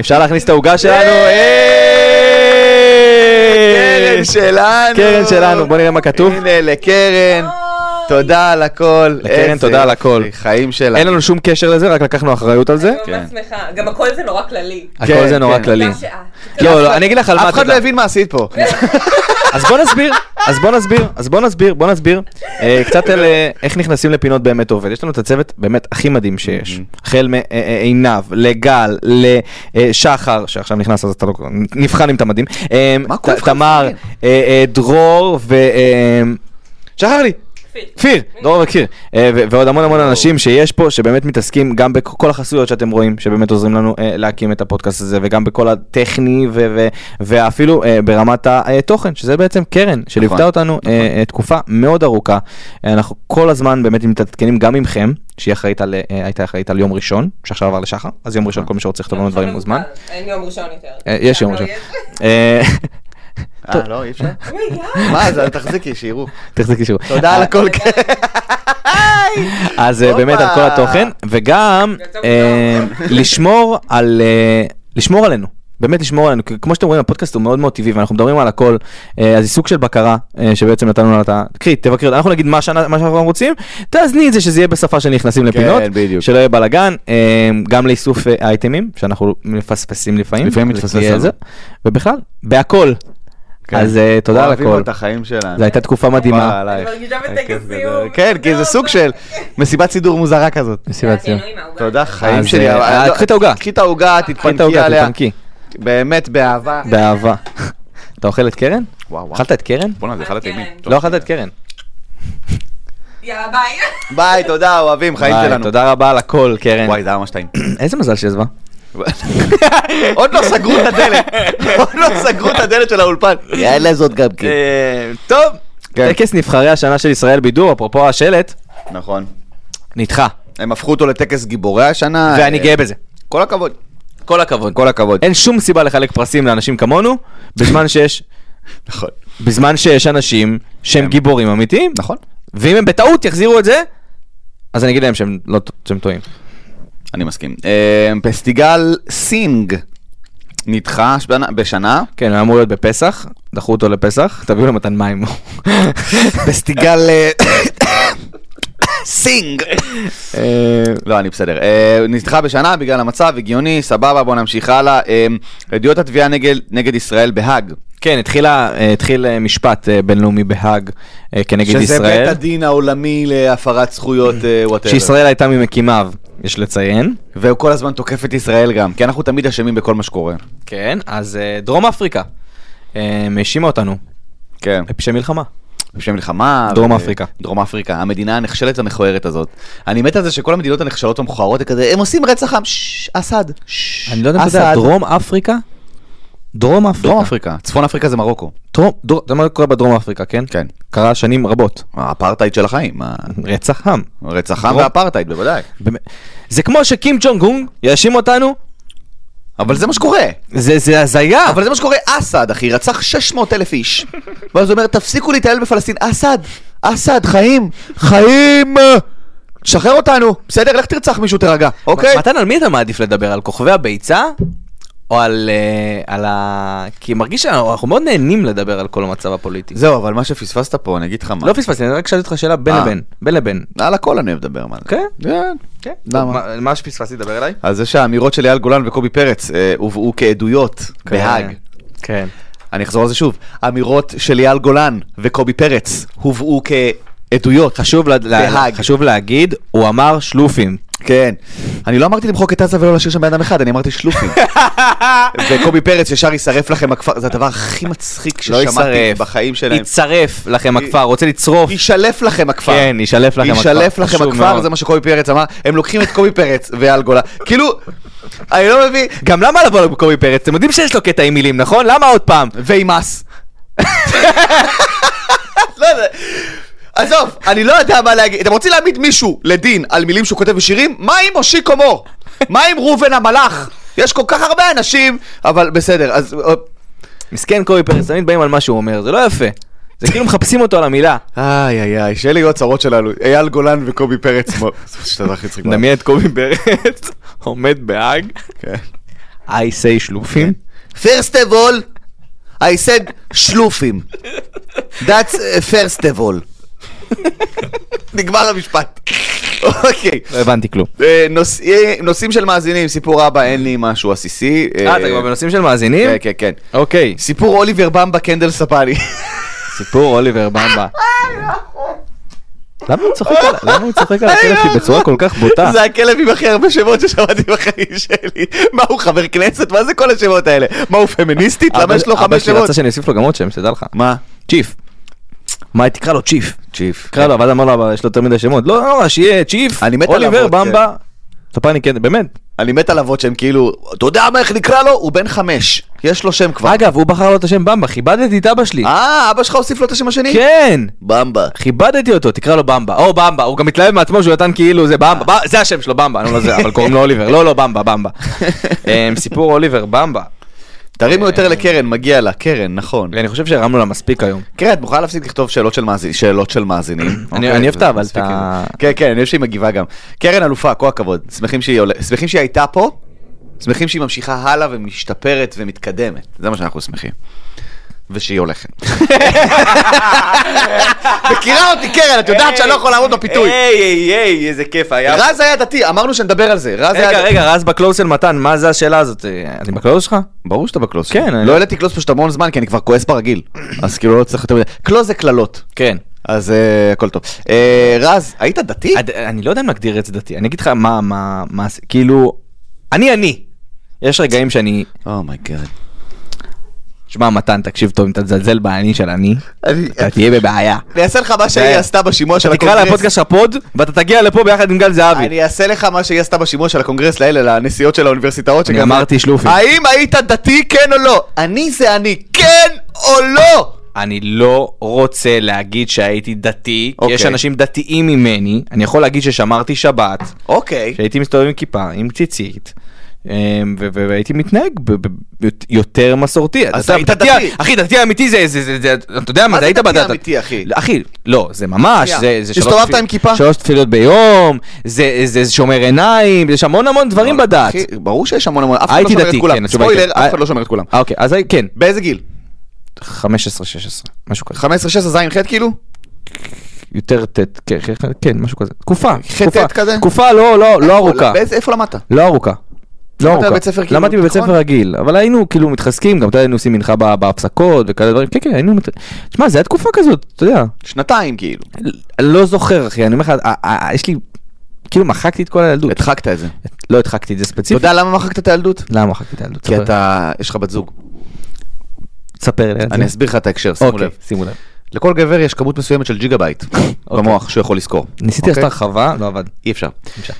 S3: אפשר להכניס את העוגה שלנו,
S2: קרן
S3: אה!
S2: שלנו.
S3: קרן שלנו, בוא נראה מה כתוב.
S2: הנה לקרן, תודה על הכל.
S3: לקרן,
S2: איזה
S3: תודה על הכל.
S2: חיים שלה.
S3: אין לנו שום קשר לזה, רק לקחנו אחריות על זה.
S5: אני
S2: כן.
S5: ממש שמחה. גם הכל זה נורא כללי.
S3: הכל זה נורא
S2: כן.
S3: כללי.
S5: מה שאת.
S3: לא, לא, אני אגיד לך על מה
S2: אף אחד לא
S3: תודה.
S2: הבין מה עשית פה.
S3: אז בוא נסביר, אז בוא נסביר, אז בוא נסביר, בוא נסביר. אה, קצת על אה, איך נכנסים לפינות באמת עובד. יש לנו את הצוות באמת הכי מדהים שיש. החל מעינב, לגל, לשחר, שעכשיו נכנס אז אתה לא... נבחן אם אתה מדהים. אה,
S2: מה
S3: ת-
S2: כל כך
S3: תמר,
S2: מדהים?
S3: אה, אה, דרור ו... אה, שחר לי!
S5: כפיר.
S3: כפיר, דרור וכפיר, אה, ו- ועוד המון המון אנשים שיש פה שבאמת מתעסקים גם בכל החסויות שאתם רואים, שבאמת עוזרים לנו אה, להקים את הפודקאסט הזה, וגם בכל הטכני, ו- ו- ואפילו אה, ברמת התוכן, שזה בעצם קרן, שליוותה
S2: נכון,
S3: אותנו אה, אה, תקופה מאוד ארוכה. אה, אנחנו כל הזמן באמת מתעדכנים גם עמכם, שהיא אחראית על, אה, הייתה אחראית על יום ראשון, שעכשיו עבר לשחר, אז יום
S2: נכון.
S3: ראשון כל מי שרוצה לכתוב לנו דברים מוזמן.
S5: אין יום ראשון יותר.
S3: אה, יש יום
S5: לא,
S3: ראשון.
S5: [laughs] יש.
S3: אה, [laughs]
S2: אה, לא, אי אפשר?
S5: אוי, יאו.
S2: מה, זה תחזיקי, שיראו.
S3: תחזיקי שוב.
S2: תודה על הכל. כן. קרן.
S3: אז אה, באמת על כל
S2: הופה.
S3: התוכן, וגם
S5: יצא
S3: אה,
S2: [laughs]
S5: מודעה.
S3: לשמור על אה, לשמור עלינו. באמת לשמור עלינו, כי כמו שאתם רואים הפודקאסט הוא מאוד מאוד טבעי ואנחנו מדברים על הכל, אה, אז היא סוג של בקרה אה, שבעצם נתנו לנו את ה... קחי, תבקרי, אותה. אנחנו נגיד מה שאנ- מה שאנחנו רוצים, תאזני את זה שזה יהיה בשפה שנכנסים לפינות,
S2: כן, בדיוק.
S3: שלא יהיה בלאגן, אה, גם לאיסוף אה, אייטמים, שאנחנו מפספסים לפעמים,
S2: לפעמים
S3: זה
S2: מתפסס
S3: כי, אה,
S2: לנו. כן.
S3: זה. ובכלל, בהכל. אז אה, תודה על
S2: אוהבים
S3: הכל,
S2: את החיים שלנו.
S3: זו הייתה תקופה מדהימה.
S5: אני מרגישה בטקס סיום.
S2: כן, כי
S3: לא,
S2: זה סוג של מסיבת סידור מוזרה כזאת.
S3: מסיבת סיום.
S5: הכינוי מהעוגה.
S2: תודה, חיים
S3: אז,
S2: שלי.
S3: אה,
S2: אבל-
S3: אה,
S2: לא,
S3: קחי את העוגה.
S2: קחי את העוגה,
S3: קחי את
S2: תתפנקי
S3: העוגה,
S2: עליה.
S3: תתפנקי.
S2: באמת באהבה.
S3: באהבה. אתה אוכל את קרן?
S2: וואו, וואו.
S3: אכלת את קרן?
S2: בואנה, זה אחד
S5: אכלתי
S2: הטעימים.
S5: עליהם.
S3: לא אכלת את קרן.
S5: יאללה, ביי.
S2: ביי, תודה, אוהבים, חיים
S3: ביי,
S2: שלנו.
S3: תודה כן. רבה על הכל, קרן.
S2: וואי, זה היה ממש
S3: [laughs]
S2: טעים.
S3: איזה מזל שהיא עזבה.
S2: עוד לא סגרו את
S3: [laughs]
S2: הדלת. עוד לא סגרו את הדלת של האולפן. יאללה זאת גם כן.
S3: טוב.
S2: כן.
S3: אה, טקס נבחרי השנה של ישראל בידור, אפרופו השלט,
S2: נכון.
S3: נדחה.
S2: הם הפכו אותו לטקס גיבורי השנה.
S3: ואני
S2: אה,
S3: גאה בזה.
S2: כל הכבוד.
S3: כל הכבוד.
S2: כל הכבוד.
S3: אין שום סיבה לחלק פרסים לאנשים כמונו, בזמן שיש
S2: נכון.
S3: בזמן שיש אנשים שהם
S2: כן.
S3: גיבורים אמיתיים.
S2: נכון.
S3: ואם הם בטעות יחזירו את זה, אז אני אגיד להם שהם לא- שהם טועים.
S2: אני מסכים. אה, פסטיגל סינג נדחה שנה- בשנה.
S3: כן, הוא אמור להיות בפסח, דחו אותו לפסח, תביאו למתן מים.
S2: פסטיגל אה, סינג. [laughs] לא, אני בסדר. אה, נדחה בשנה בגלל המצב, הגיוני, סבבה, בוא נמשיך הלאה. אה, עדויות התביעה נגד, נגד ישראל בהאג.
S3: כן, התחילה, אה, התחיל אה, משפט אה, בינלאומי בהאג אה, כנגד ישראל,
S2: הדין העולמי להפרת זכויות
S3: [clears throat]
S2: וואטאבר.
S3: שישראל הייתה ממקימיו, יש לציין.
S2: והוא כל הזמן תוקף את ישראל גם, כי אנחנו תמיד אשמים בכל מה שקורה.
S3: כן, אז אה, דרום אפריקה אה, האשימה אותנו
S2: כן.
S3: בפשעי מלחמה.
S2: בשם מלחמה.
S3: דרום
S2: ו-
S3: אפריקה.
S2: דרום אפריקה, המדינה הנחשלת המכוערת הזאת. אני מת על זה שכל המדינות הנחשלות המכוערות, זה כזה, הם עושים רצח עם, ששש, אסד. ששש,
S3: אני לא יודע אם אתה יודע,
S2: אסד."
S3: דרום אפריקה? דרום אפריקה.
S2: דרום אפריקה, צפון אפריקה זה מרוקו.
S3: דרום, דרום, אתה יודע מה קורה בדרום אפריקה, כן?
S2: כן.
S3: קרה שנים רבות.
S2: האפרטהייד של החיים, ה-
S3: רצח עם.
S2: רצח עם
S3: דרום-
S2: ואפרטהייד, בוודאי.
S3: באמת. זה כמו שקים ג'ונג אונג יאשים אותנו,
S2: אבל זה מה שקורה.
S3: זה זה הזיה.
S2: אבל זה מה שקורה, אסד, אחי, רצח 600 אלף איש. ואז הוא אומר, תפסיקו להתעלל בפלסטין, אסד, אסד, חיים, חיים! שחרר אותנו, בסדר? לך תרצח מישהו, תירגע, אוקיי?
S3: מתן, על מי אתה מעדיף לדבר? על כוכבי הביצה? או על, אה, על ה... כי מרגיש שאנחנו מאוד נהנים לדבר על כל המצב הפוליטי.
S2: זהו, אבל מה שפספסת פה, אני אגיד לך מה.
S3: לא פספסתי, אני רק שאלתי אותך שאלה בין
S2: אה.
S3: לבין, בין לבין.
S2: על הכל אני אוהב לדבר, מה זה?
S3: כן?
S2: כן.
S3: כן.
S2: למה?
S3: מה- מה שפספסתי, דבר אליי?
S2: אז זה שהאמירות של אייל גולן וקובי פרץ אה, הובאו כעדויות בהאג.
S3: כן.
S2: אני אחזור על זה שוב. האמירות של אייל גולן וקובי פרץ הובאו כעדויות.
S3: חשוב, לה, לה,
S2: בהאג.
S3: חשוב להגיד, הוא אמר שלופים.
S2: כן. אני לא אמרתי למחוק את עזה ולא להשאיר שם בן אדם אחד, אני אמרתי [laughs] שלופים. וקובי פרץ ישר יישרף לכם הכפר, זה הדבר הכי מצחיק
S3: לא
S2: ששמעתי
S3: יישרף.
S2: בחיים שלהם.
S3: יצרף לכם
S2: היא-
S3: הכפר, רוצה לצרוף.
S2: יישלף לכם הכפר.
S3: כן, יישלף לכם הכפר.
S2: יישלף לכם
S3: חשוב
S2: הכפר,
S3: מאוד.
S2: זה מה שקובי פרץ אמר. הם לוקחים את קובי פרץ ואייל גולן. כאילו, אני לא מבין.
S3: גם למה לבוא לקובי פרץ? אתם יודעים שיש לו קטע עם מילים, נכון? למה עוד פעם?
S2: ועם מס. לא יודע. עזוב, אני לא יודע מה להגיד. אתם רוצים להעמיד מישהו לדין על מילים שהוא כותב בשירים? מה עם מושיקו מור? מה עם ראובן המלאך? יש כל כך הרבה אנשים, אבל בסדר, אז...
S3: מסכן קובי פרץ, תמיד באים על מה שהוא אומר, זה לא יפה. זה כאילו מחפשים אותו על המילה.
S2: איי איי איי, שאלה יהיו הצרות שלנו, אייל גולן וקובי פרץ. זה פשוט הדבר הכי מצחיק. בעולם.
S3: את קובי פרץ עומד בהאג.
S2: כן.
S3: I say שלופים.
S2: אוקיי. First of all, I said שלופים. That's uh, first of all. נגמר המשפט. אוקיי.
S3: לא הבנתי כלום.
S2: אה, נושאי- נושאים של מאזינים, סיפור אבא, אין לי משהו עסיסי.
S3: אה, אתה כבר בנושאים של מאזינים?
S2: כן, כן, כן.
S3: אוקיי.
S2: סיפור אוליבר במבה קנדל ספני.
S3: סיפור אוליבר במבה. למה הוא צוחק על- למה הוא צוחק על הכלב שלי בצורה כל כך בוטה?
S2: [laughs] זה הכלב עם הכי הרבה שמות ששמעתי בחיים שלי. מה, הוא חבר כנסת? מה זה כל השמות האלה? מה, הוא פמיניסטית?
S3: אבא-
S2: למה יש לו
S3: אבא
S2: חמש
S3: שלי
S2: שמות?
S3: רצה שאני אוסיף לו גם עוד שם, שתדע לך.
S2: מה?
S3: צ'יף. מה, תקרא לו צ'יף.
S2: צ'יף.
S3: תקרא לו, ואז אמר לו, אבל יש לו יותר מדי שמות. לא, לא, שיהיה צ'יף,
S2: אני מת עליו
S3: אוליבר
S2: עוד, כן.
S3: במבה. ספני קנדל, באמת.
S2: אני מת על אבות שהם כאילו, אתה יודע מה, איך נקרא לו? הוא בן חמש. יש לו שם כבר.
S3: אגב, הוא בחר לו את השם במבה, כיבדתי את אבא שלי.
S2: אה, אבא שלך הוסיף לו את השם השני?
S3: כן!
S2: במבה.
S3: כיבדתי אותו, תקרא לו במבה. או במבה, הוא גם מתלהב מעצמו שהוא נתן כאילו זה במבה, ב- זה השם שלו במבה, אני לא
S2: [laughs]
S3: זה, אבל קוראים לו אוליבר. לא, לא, במבה, במבה. אמ, סיפור אוליבר במבה.
S2: תרימו
S3: אה.
S2: יותר לקרן, מגיע לה. קרן, נכון.
S3: ואני חושב שהרמנו לה מספיק היום.
S2: קרן, את מוכנה להפסיק לכתוב שאלות של מאזינים? שאלות של מאזינים. אוקיי,
S3: אני אוהב
S2: זה
S3: את אבל,
S2: מספיק.
S3: את ה-
S2: כן, כן, אני אוהב שהיא מגיבה גם. קרן אלופה, כל הכבוד. שמחים שהיא עולה- שמחים שהיא הייתה פה, שמחים שהיא ממשיכה הלאה ומשתפרת ומתקדמת. זה מה שאנחנו שמחים. ושהיא הולכת. [laughs] מכירה אותי, קרן, את יודעת שאני לא יכול לעמוד בפיתוי.
S3: היי, היי, היי, איזה כיף היה.
S2: רז היה דתי, אמרנו שנדבר על זה. רז היה...
S3: רגע, רגע, רז בקלוז של מתן, מה זה השאלה הזאת? אה, אני בקלוז שלך?
S2: ברור שאתה בקלוס.
S3: כן, אני-
S2: לא העליתי קלוס פשוט המון זמן, כי אני כבר כועס [coughs] ברגיל. אז כאילו לא צריך יותר מדי. קלוס זה קללות.
S3: כן.
S2: אז אה, הכל טוב. אה, רז, היית דתי?
S3: עד- אני לא יודע אם להגדיר את זה דתי, אני אגיד לך מה, מה, מה, כאילו, אני אני. יש רגעים שאני,
S2: Oh אומייגאד.
S3: שמע מתן, תקשיב טוב, אם אתה תזלזל בעני של אני,
S2: אני
S3: אתה תהיה בבעיה.
S2: אני אעשה לך מה שהיא
S3: די.
S2: עשתה בשימוע לא, של
S3: תקרא
S2: הקונגרס.
S3: לפודקאסט של הפוד, ואתה תגיע לפה ביחד עם גל זהבי.
S2: אני אעשה לך מה שהיא עשתה בשימוע של הקונגרס לאלה, לנסיעות של האוניברסיטאות.
S3: אני
S2: שגם- אה,
S3: אמרתי שלופי.
S2: האם היית דתי, כן או לא? אני זה אני, כן או לא?
S3: אני לא רוצה להגיד שהייתי דתי, כי
S2: אוקיי.
S3: יש אנשים דתיים ממני, אני יכול להגיד ששמרתי שבת,
S2: אוקיי.
S3: שהייתי מסתובב עם כיפה, עם ציצית. אמ, ו- ו- והייתי מתנהג ב- ב- ב- יותר מסורתי.
S2: אז
S3: אתה
S2: היית
S3: דתי-
S2: דתי.
S3: אחי, דתי אמיתי זה, זה- זה- זה- אתה יודע מה,
S2: מה
S3: זה
S2: זה
S3: היית
S2: דתי
S3: בדת.
S2: אמיתי, אחי?
S3: אחי, לא, זה ממש,
S2: שנייה.
S3: זה זה שלוש
S2: הסתובבת
S3: תפיל-
S2: עם כיפה?
S3: שלוש תפילות ביום, זה- זה זה שומר עיניים, יש המון המון דברים בדת.
S2: לא, אחי, ברור שיש המון המון, אף אחד לא
S3: הייתי
S2: שומר את
S3: דתי, כן,
S2: כולם.
S3: התשובה היא
S2: ספוילר,
S3: כן.
S2: אף אחד לא שומר את כולם.
S3: אה, אוקיי, אז כן,
S2: באיזה גיל?
S3: 15-16, משהו כזה.
S2: 15, 16, זין, ח' כאילו?
S3: יותר ט', כן, כן, כן, משהו כזה. תקופה, תקופה,
S2: ח'-ט' כזה? אה,
S3: תקופה לא, לא, לא ארוכה.
S2: באיזה- איפה למדת?
S3: לא ארוכה. לא
S2: למדת
S3: ארוכה.
S2: בבית ספר כאילו
S3: למדתי בבית
S2: תיכון?
S3: ספר רגיל, אבל היינו כאילו מתחזקים, גם אתה יודע, היינו עושים מנחה ב- בהפסקות וכאלה דברים, כן כן, היינו... מת- תשמע, זה היה תקופה כזאת, אתה יודע.
S2: שנתיים כאילו.
S3: אני לא זוכר, אחי, אני אומר לך, ה- ה- ה- יש לי... כאילו מחקתי את כל הילדות.
S2: הדחקת את זה.
S3: לא הדחקתי את זה
S2: אתה
S3: ספציפית.
S2: יודע למה מחקת את הילדות?
S3: למה מחקתי את הילדות?
S2: כי
S3: ספר-
S2: אתה, יש לך בת זוג.
S3: תספר לי. על זה.
S2: אני אסביר לך את ההקשר, שימו
S3: אוקיי,
S2: לב.
S3: שימו לב.
S2: לכל גבר יש כמות מסוימת של ג'יגה
S3: [laughs]
S2: בייט במוח שהוא יכול לזכור.
S3: ניסיתי
S2: אוקיי?
S3: לעשות הרחבה, לא עבד.
S2: אי אפשר.
S3: אפשר.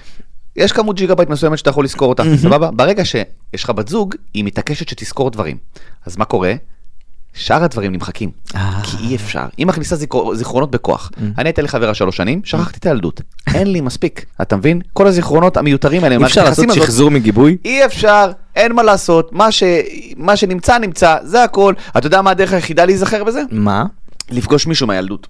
S2: יש כמות ג'יגה בייט מסוימת שאתה יכול לזכור אותה, סבבה? ברגע שיש לך בת זוג, היא מתעקשת שתזכור דברים. אז מה קורה? שאר הדברים נמחקים,
S3: אה.
S2: כי אי אפשר. היא מכניסה זיכרו- זיכרונות בכוח.
S3: Mm.
S2: אני הייתי לחברה שלוש שנים, שכחתי את הילדות. אין לי מספיק, אתה מבין? כל הזיכרונות המיותרים האלה,
S3: אי אפשר
S2: מערכת
S3: לעשות
S2: היחסים הזאת,
S3: שחזור מגיבוי?
S2: אי אפשר, אין מה לעשות, מה, ש... מה שנמצא נמצא, זה הכל. אתה יודע מה הדרך היחידה להיזכר בזה?
S3: מה?
S2: לפגוש מישהו מהילדות.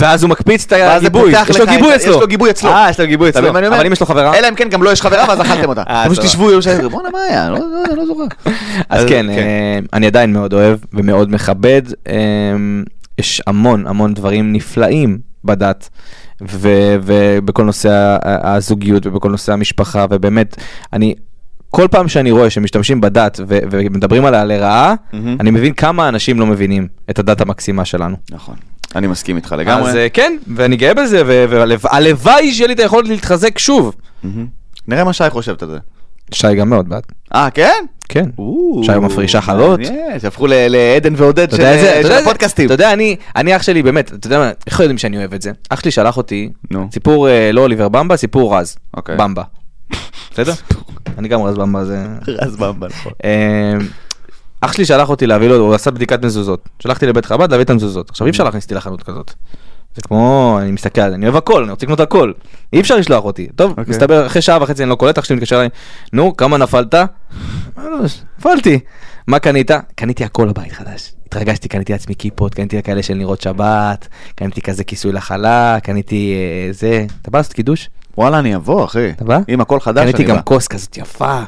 S3: ואז הוא מקפיץ את
S2: ואז זה
S3: הגיבוי,
S2: פותח
S3: יש לו
S2: לך
S3: גיבוי
S2: את-
S3: אצלו.
S2: יש לו גיבוי אצלו.
S3: אה, יש לו גיבוי
S2: אתה
S3: אצלו.
S2: מבין מה אני אומר?
S3: אבל אם יש לו חברה...
S2: אלא אם כן גם לא יש חברה ואז
S3: [laughs]
S2: אכלתם אותה.
S3: אה,
S2: אתם פשוט
S3: סבבה.
S2: תשבו יום שלם, בואנה מה היה, לא- לא- אני לא זוכר.
S3: [laughs] אז
S2: אז
S3: כן,
S2: כן.
S3: אה, אני עדיין מאוד אוהב ומאוד מכבד. אה, יש המון המון דברים נפלאים בדת, ו- ובכל נושא ה- ה- הזוגיות ובכל נושא המשפחה, ובאמת, אני... כל פעם שאני רואה שמשתמשים בדת ו- ומדברים עליה לרעה,
S2: מהמם.
S3: אני מבין כמה אנשים לא מבינים את הדת המקסימה שלנו.
S2: נכון, אני מסכים איתך לגמרי.
S3: אז אה, כן, ואני גאה בזה, והלוואי שיהיה לי את היכולת להתחזק שוב.
S2: מהמם. נראה מה שי חושבת על זה.
S3: שי גם מאוד בעד.
S2: אה, כן?
S3: כן.
S2: או,
S3: שי מפרישה חלות.
S2: מעניין, שהפכו ל- לעדן ועודד
S3: אתה
S2: של אה,
S3: יודע איזה- אתה
S2: של
S3: יודע איזה-
S2: הפודקאסטים.
S3: אתה יודע, אני, אני אח שלי, באמת, אתה יודע מה, איך יודעים שאני אוהב את זה? אח שלי שלח אותי,
S2: נו.
S3: סיפור אה, לא אוליבר במבה, סיפור רז.
S2: אוקיי.
S3: במבה.
S2: [laughs]
S3: בסדר? אני גם רז במבה, זה...
S2: רז במבה, נכון.
S3: אה, אח שלי שלח אותי להביא לו, הוא עשה בדיקת מזוזות. שלחתי לבית חב"ד להביא את המזוזות. עכשיו אי אפשר להכניס אותי לחנות כזאת. זה כמו, אני מסתכל, על זה, אני אוהב הכל, אני רוצה לקנות הכל. אי אפשר לשלוח אותי. טוב,
S2: אוקיי.
S3: מסתבר, אחרי שעה וחצי אני לא קולט, אח שלי מתקשר אליי, נו, כמה נפלת? "אה, לא, נפלתי. מה קנית? קניתי הכל לבית חדש. התרגשתי, קניתי לעצמי כיפות, קניתי כאלה של נרות שבת, קניתי כזה כיסוי לחלה, קניתי אה, זה. אתה בא לעשות קידוש?
S2: וואלה, אני אבוא, אחי.
S3: אתה בא?
S2: אם הכל חדש,
S3: קניתי
S2: אני
S3: גם
S2: בא.
S3: כוס כזאת יפה.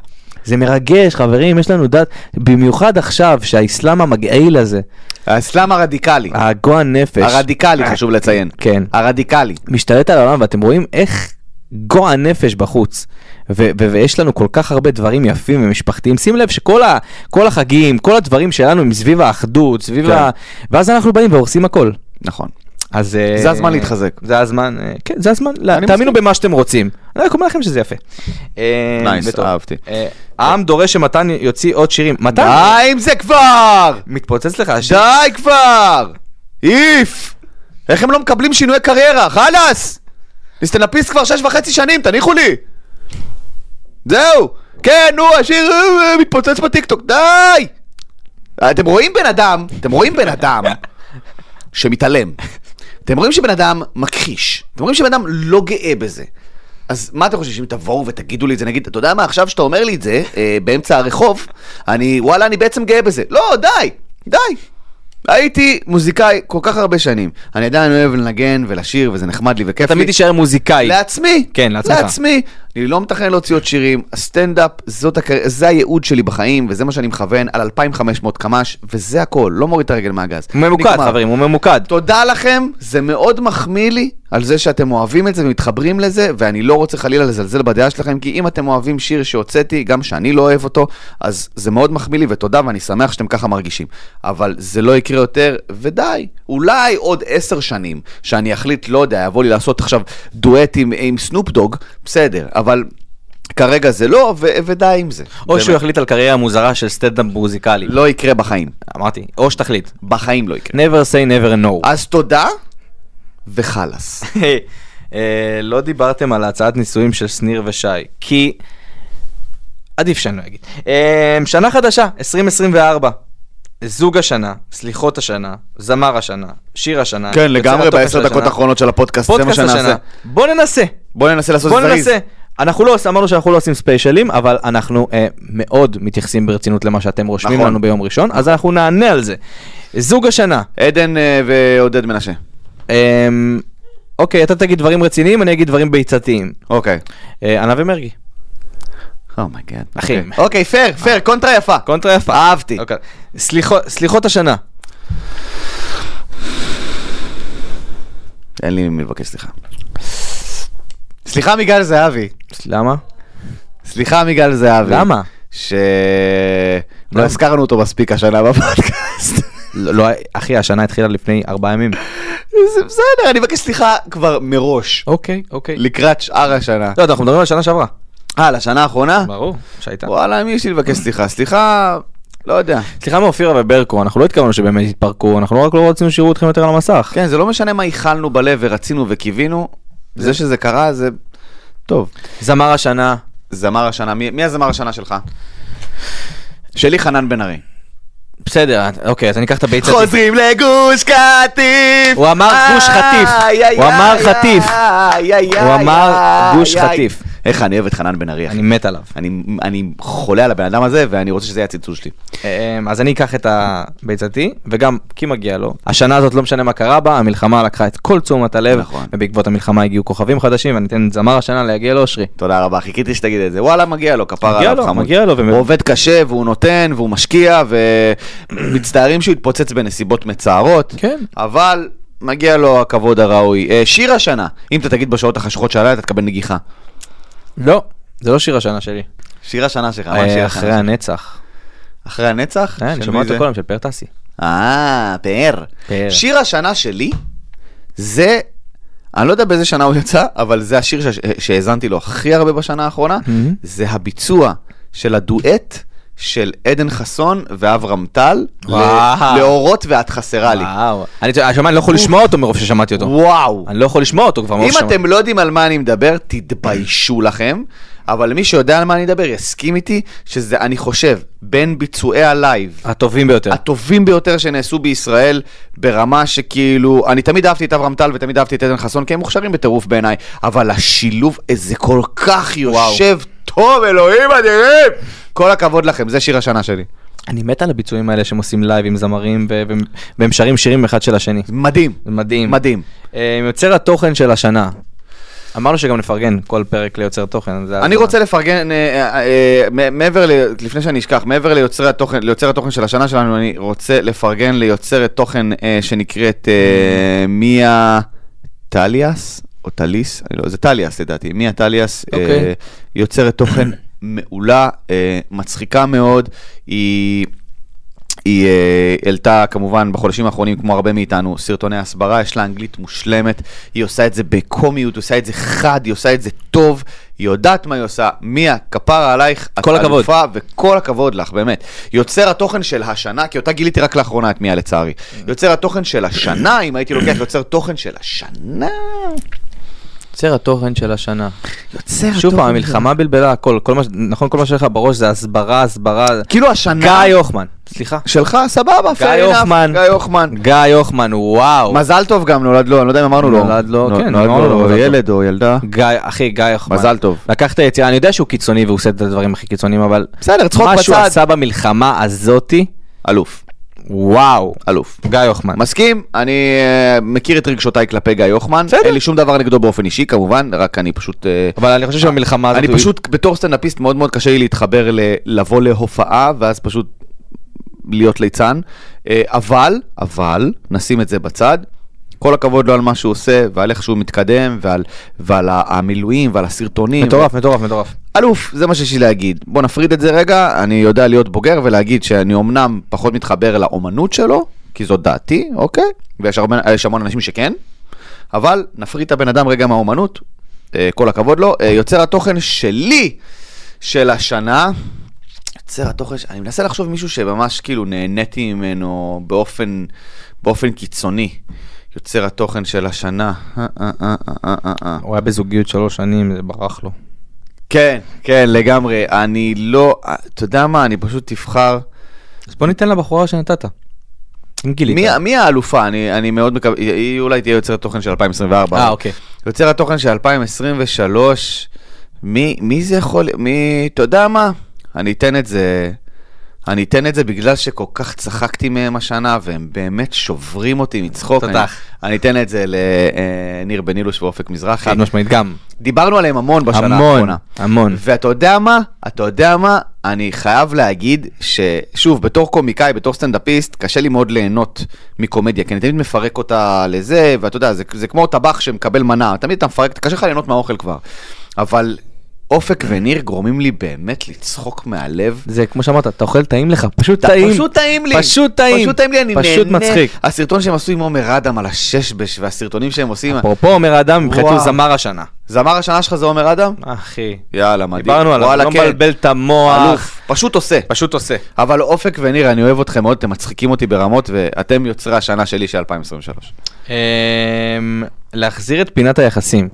S3: זה מרגש, חברים, יש לנו דת, במיוחד עכשיו, שהאסלאם המגעיל הזה,
S2: האסלאם הרדיקלי.
S3: הגועל נפש,
S2: הרדיקלי, חשוב לציין.
S3: אה, כן.
S2: הרדיקלי.
S3: משתלט על העולם, ואתם רואים איך גועל נפש בחוץ. ו- ו- ויש לנו כל כך הרבה דברים יפים ומשפחתיים. שים לב שכל ה- כל החגים, כל הדברים שלנו הם סביב האחדות, סביב
S2: כן.
S3: ה... ואז אנחנו באים והורסים הכל.
S2: נכון.
S3: אז... אה,
S2: זה הזמן להתחזק.
S3: זה הזמן, אה, כן, זה הזמן, לה-
S2: אני
S3: תאמינו
S2: מסכים.
S3: במה שאתם רוצים. אני רק אומר לכם שזה יפה. אה,
S2: Nice,
S3: וטוב.
S2: אהבתי.
S3: אה, העם דורש שמתן יוציא עוד שירים. מתן?
S2: די עם זה כבר!
S3: מתפוצץ לך השיר.
S2: די כבר! איף! איך הם לא מקבלים שינויי קריירה? חלאס! אני סטנדאפיסט כבר שש וחצי שנים, תניחו לי! זהו! כן, נו, השיר אה, אה, מתפוצץ בטיקטוק, די! אה, אתם רואים בן אדם, אתם רואים בן אדם שמתעלם. אתם רואים שבן אדם מכחיש. אתם רואים שבן אדם לא גאה בזה. אז מה אתם חושבים, שאם תבואו ותגידו לי את זה, נגיד, אתה יודע מה, עכשיו שאתה אומר לי את זה, אה, באמצע הרחוב, אני, וואלה, אני בעצם גאה בזה. לא, די, די. הייתי מוזיקאי כל כך הרבה שנים. אני עדיין אוהב לנגן ולשיר, וזה נחמד לי וכיף לי.
S3: תמיד תישאר מוזיקאי.
S2: לעצמי.
S3: כן, לעצמך.
S2: לעצמי. אני לא מתכנן להוציא עוד שירים. הסטנדאפ, זאת הקר... זה הייעוד שלי בחיים, וזה מה שאני מכוון, על 2,500 קמ"ש, וזה הכל, לא מוריד את הרגל מהגז.
S3: הוא ממוקד,
S2: נגמר.
S3: חברים, הוא ממוקד.
S2: תודה לכם, זה מאוד מחמיא לי על זה שאתם אוהבים את זה ומתחברים לזה, ואני לא רוצה חלילה לזלזל בדעה שלכם, כי אם אתם אוהבים שיר שהוצאתי, גם שאני לא אוהב אותו, אז זה מאוד מחמיא לי ותודה, ואני שמח שאתם ככה מרגישים. אבל זה לא יקרה יותר, ודי. אולי עוד עשר שנים, שאני אחליט, לא יודע, יבוא לי לעשות עכשיו דואט עם, עם סנופ דוג, בסדר, אבל... כרגע זה לא, ו- ודי עם זה.
S3: או
S2: באמת.
S3: שהוא יחליט על קריירה מוזרה של סטנדאפ מוזיקלי.
S2: לא יקרה בחיים.
S3: אמרתי, או שתחליט.
S2: בחיים לא יקרה.
S3: never say never no.
S2: אז תודה, וחלאס.
S3: אה, לא דיברתם על הצעת נישואים של שניר ושי, כי... עדיף שאני לא אגיד. אה, שנה חדשה, 2024. זוג השנה, סליחות השנה, זמר השנה, שיר השנה.
S2: כן, לגמרי,
S3: יוצר התוכן
S2: בעשר
S3: של
S2: דקות
S3: השנה,
S2: האחרונות של הפודקאסט, זה מה
S3: פודקאסט
S2: שנעשה.
S3: השנה. בוא ננסה.
S2: בוא ננסה לעשות
S3: בוא
S2: את זה זריז.
S3: ננסה. אנחנו לא עושים- אמרנו שאנחנו לא עושים ספיישלים, אבל אנחנו אה, מאוד מתייחסים ברצינות למה שאתם רושמים
S2: נכון.
S3: לנו ביום ראשון, אז אנחנו נענה על זה. זוג השנה,
S2: עדן אה, ועודד מנשה.
S3: אמ, אוקיי, אתה תגיד דברים רציניים, אני אגיד דברים ביצתיים.
S2: אוקיי.
S3: אה, ענה ומרגי. Oh
S2: אומייגאד.
S3: אחים.
S2: אוקיי, פייר, פייר, קונטרה יפה.
S3: קונטרה יפה.
S2: אהבתי.
S3: אוקיי. סליחות- סליחות השנה.
S2: אין לי מי לבקש סליחה. סליחה מגל זהבי.
S3: למה?
S2: סליחה מגל זהבי.
S3: למה?
S2: ש... לא הזכרנו אותו מספיק השנה בפודקאסט.
S3: לא, לא, אחי, השנה התחילה לפני ארבעה ימים.
S2: [laughs] זה בסדר, אני מבקש סליחה כבר מראש.
S3: אוקיי, אוקיי.
S2: לקראת שאר השנה.
S3: לא, אנחנו מדברים על שנה שעברה.
S2: אה, לשנה האחרונה?
S3: ברור, שהייתה.
S2: וואלה, מי יש לי לבקש סליחה? סליחה, לא יודע.
S3: סליחה מאופירה וברקו, אנחנו לא התכוונו שבאמת יתפרקו, אנחנו רק לא רצינו שיראו אתכם יותר על המסך.
S2: כן, זה לא משנה מה ייחלנו בלב ורצינו וקיווינו, זה שזה קרה זה טוב.
S3: זמר השנה,
S2: זמר השנה, מי, מי הזמר השנה שלך? שלי חנן בן ארי.
S3: בסדר, אוקיי, אז אני אקח את הביצה.
S2: לגוש קטיף!
S3: הוא אמר גוש חטיף.
S2: איי, איי,
S3: הוא אמר
S2: איי,
S3: חטיף.
S2: איי, איי,
S3: הוא אמר
S2: איי,
S3: גוש
S2: איי.
S3: חטיף.
S2: איך אני אוהב את חנן בן ארי, אחי.
S3: אני מת עליו.
S2: אני- אני חולה על הבן אדם הזה, ואני רוצה שזה יהיה הצלצול שלי.
S3: אמ, אז אני אקח את הביצתי, וגם כי מגיע לו. השנה הזאת לא משנה מה קרה בה, המלחמה לקחה את כל תשומת הלב,
S2: נכון.
S3: ובעקבות המלחמה הגיעו כוכבים חדשים, ואני אתן זמר השנה להגיע לאושרי.
S2: תודה רבה, חיכיתי שתגיד את זה. וואלה, מגיע לו, כפרה
S3: מגיע
S2: עליו
S3: לו,
S2: חמוד.
S3: מגיע לו, ומ-
S2: הוא עובד קשה, והוא נותן, והוא משקיע, ומצטערים שהוא התפוצץ בנסיבות מצערות.
S3: כן.
S2: אבל מגיע לו הכבוד הראוי. אה, שיר השנה, אם אתה תגיד בשעות החשוכות של הלילה, אתה תקבל נגיחה.
S3: לא, זה לא שיר השנה שלי.
S2: שיר השנה שלך, מה שיר
S3: אה,
S2: השנה
S3: אחרי
S2: שלך?
S3: הנצח.
S2: אחרי הנצח?
S3: אה, אני
S2: של
S3: שומע
S2: מי
S3: אותו
S2: זה?
S3: כל היום של פאר טסי.
S2: אה, פאר.
S3: פאר.
S2: שיר השנה שלי זה, אני לא יודע באיזה שנה הוא יצא, אבל זה השיר ש- שהאזנתי לו הכי הרבה בשנה האחרונה, זה הביצוע של הדואט של עדן חסון ואברהם טל, ל-
S3: וואו.
S2: לאורות ואת חסרה לי.
S3: וואו. אני אני שומע, אני לא יכול לשמוע אותו מרוב ששמעתי אותו.
S2: וואו.
S3: אני לא יכול לשמוע אותו כבר מרוב
S2: אם
S3: ששמעתי.
S2: אתם לא יודעים על מה אני מדבר, תתביישו לכם. אבל מי שיודע על מה אני מדבר יסכים איתי שזה, אני חושב, בין ביצועי הלייב
S3: הטובים ביותר.
S2: הטובים ביותר שנעשו בישראל, ברמה שכאילו, אני תמיד אהבתי את אברהם טל ותמיד אהבתי את עדן חסון, כי הם מוכשרים בטירוף בעיניי, אבל השילוב, אה, זה כל כך יושב טוב, אלוהים אדירים! כל הכבוד לכם, זה שיר השנה שלי.
S3: אני מת על הביצועים האלה שהם עושים לייב עם זמרים, ו- והם- והם שרים שירים אחד של השני.
S2: מדהים,
S3: זה מדהים.
S2: מדהים.
S3: אה, יוצר התוכן של השנה. אמרנו שגם נפרגן כל פרק ליוצר תוכן. זה
S2: אני
S3: הזמן.
S2: רוצה לפרגן, אה, אה, אה, מ- מעבר, ל- לפני שאני אשכח, מעבר ליוצרי התוכן, ליוצר התוכן של השנה שלנו, אני רוצה לפרגן ליוצרת תוכן אה, שנקראת אה, מיה טליאס, או טליס, אני לא, זה טליאס לדעתי, מיה טליאס, אה,
S3: אוקיי.
S2: יוצרת תוכן מעולה, אה, מצחיקה מאוד, היא... היא אה, העלתה כמובן בחודשים האחרונים, כמו הרבה מאיתנו, סרטוני הסברה, יש לה אנגלית מושלמת, היא עושה את זה בקומיות, היא עושה את זה חד, היא עושה את זה טוב, היא יודעת מה היא עושה. מיה, כפרה עלייך, את
S3: כל הכבוד.
S2: אלופה, וכל הכבוד לך, באמת. יוצר התוכן של השנה, כי אותה גיליתי רק לאחרונה את מיה לצערי.
S3: Mm.
S2: יוצר התוכן של השנה, אם הייתי לוקח יוצר תוכן של השנה,
S3: יוצר התוכן של השנה.
S2: [laughs] יוצר
S3: שוב פעם, המלחמה בלבלה הכל, כל מה ש- נכון? כל מה שיש לך בראש זה הסברה, הסברה.
S2: כאילו השנה
S3: גיא הוחמן, סליחה.
S2: שלך, סבבה,
S3: גיא
S2: fair enough.
S3: הוחמן.
S2: גיא הוחמן.
S3: גיא הוחמן, וואו.
S2: מזל טוב גם, נולד לו, אני לא יודע אם אמרנו לו.
S3: נולד לו,
S2: נול-
S3: כן,
S2: נולד
S3: אמרנו לו, מזל
S2: לו
S3: טוב.
S2: ילד או ילדה.
S3: גיא, אחי, גיא הוחמן.
S2: מזל טוב.
S3: לקח את היציאה, אני יודע שהוא קיצוני והוא עושה את הדברים הכי קיצוניים, אבל...
S2: בסדר, צחוק
S3: מה שהוא
S2: בצד.
S3: עשה במלחמה הזאתי,
S2: אלוף,
S3: וואו.
S2: אלוף.
S3: גיא הוחמן.
S2: מסכים, אני אה, מכיר את רגשותיי כלפי גיא יוחמן.
S3: בסדר.
S2: אין לי שום דבר נגדו באופן אישי כמובן, רק אני פשוט... אה,
S3: אבל אני חושב שבמלחמה הזאת...
S2: אני
S3: הוא-
S2: פשוט, בתור סטנדאפיסט מאוד מאוד קשה לי להתחבר ל... לבוא להופעה, ואז פשוט להיות ליצן. אה, אבל, אבל, נשים את זה בצד. כל הכבוד לו על מה שהוא עושה, ועל איך שהוא מתקדם, ועל, ועל ה- המילואים, ועל הסרטונים.
S3: מטורף, מטורף, מטורף.
S2: אלוף, זה מה שיש לי להגיד. בוא נפריד את זה רגע, אני יודע להיות בוגר ולהגיד שאני אמנם פחות מתחבר לאומנות שלו, כי זאת דעתי, אוקיי? ויש הרבה, יש המון אנשים שכן, אבל נפריד את הבן אדם רגע מהאומנות, אה, כל הכבוד לו. אה, יוצר התוכן שלי, של השנה, יוצר התוכן, ש- אני מנסה לחשוב מישהו שממש כאילו נהניתי ממנו באופן, באופן קיצוני. יוצר התוכן של השנה. אה, אה, אה, אה, אה, אה.
S3: הוא היה בזוגיות שלוש שנים, זה ברח לו.
S2: כן, כן, לגמרי. אני לא... אתה יודע מה, אני פשוט תבחר...
S3: אז בוא ניתן לבחורה שנתת. אם גילית. אה,
S2: מי, מי האלופה? אני, אני מאוד מקווה... היא- היא אולי תהיה יוצרת תוכן של 2024.
S3: אה, אוקיי.
S2: יוצר התוכן של 2023, מי, מי זה יכול... מי... אתה יודע מה? אני אתן את זה... אני אתן את זה בגלל שכל כך צחקתי מהם השנה, והם באמת שוברים אותי מצחוק.
S3: תותח.
S2: אני, אני אתן את זה לניר בן אילוש ואופק מזרחי.
S3: חד משמעית, גם.
S2: דיברנו עליהם המון בשנה
S3: המון,
S2: האחרונה.
S3: המון.
S2: ואתה יודע מה? אתה יודע מה? אני חייב להגיד ששוב, בתור קומיקאי, בתור סטנדאפיסט, קשה לי מאוד ליהנות מקומדיה, כי אני תמיד מפרק אותה לזה, ואתה יודע, זה, זה כמו טבח שמקבל מנה, תמיד אתה מפרק, קשה לך ליהנות מהאוכל כבר. אבל אופק וניר גורמים לי באמת לצחוק מהלב.
S3: זה כמו שאמרת, אתה אוכל טעים לך, פשוט
S2: אתה-
S3: טעים.
S2: פשוט טעים לי.
S3: פשוט טעים.
S2: פשוט טעים לי, אני נהנה.
S3: פשוט מצחיק.
S2: הסרטון שהם עשו עם עומר אדם על הששבש, והסרטונים שהם עושים...
S3: אפרופו אומר האדם, מבחינתי הוא
S2: וואו.
S3: זמר השנה.
S2: זמר השנה שלך זה עומר אדם?
S3: אחי.
S2: יאללה, מדהים.
S3: דיברנו עליו,
S2: וואלה,
S3: לא
S2: כן.
S3: מבלבל את המוח.
S2: אלוף, פשוט עושה.
S3: פשוט עושה.
S2: אבל אופק וניר, אני אוהב אתכם מאוד, אתם מצחיקים אותי ברמות, ואתם יוצרי השנה שלי של 2023.
S3: אמ, להחזיר את פינת היחסים.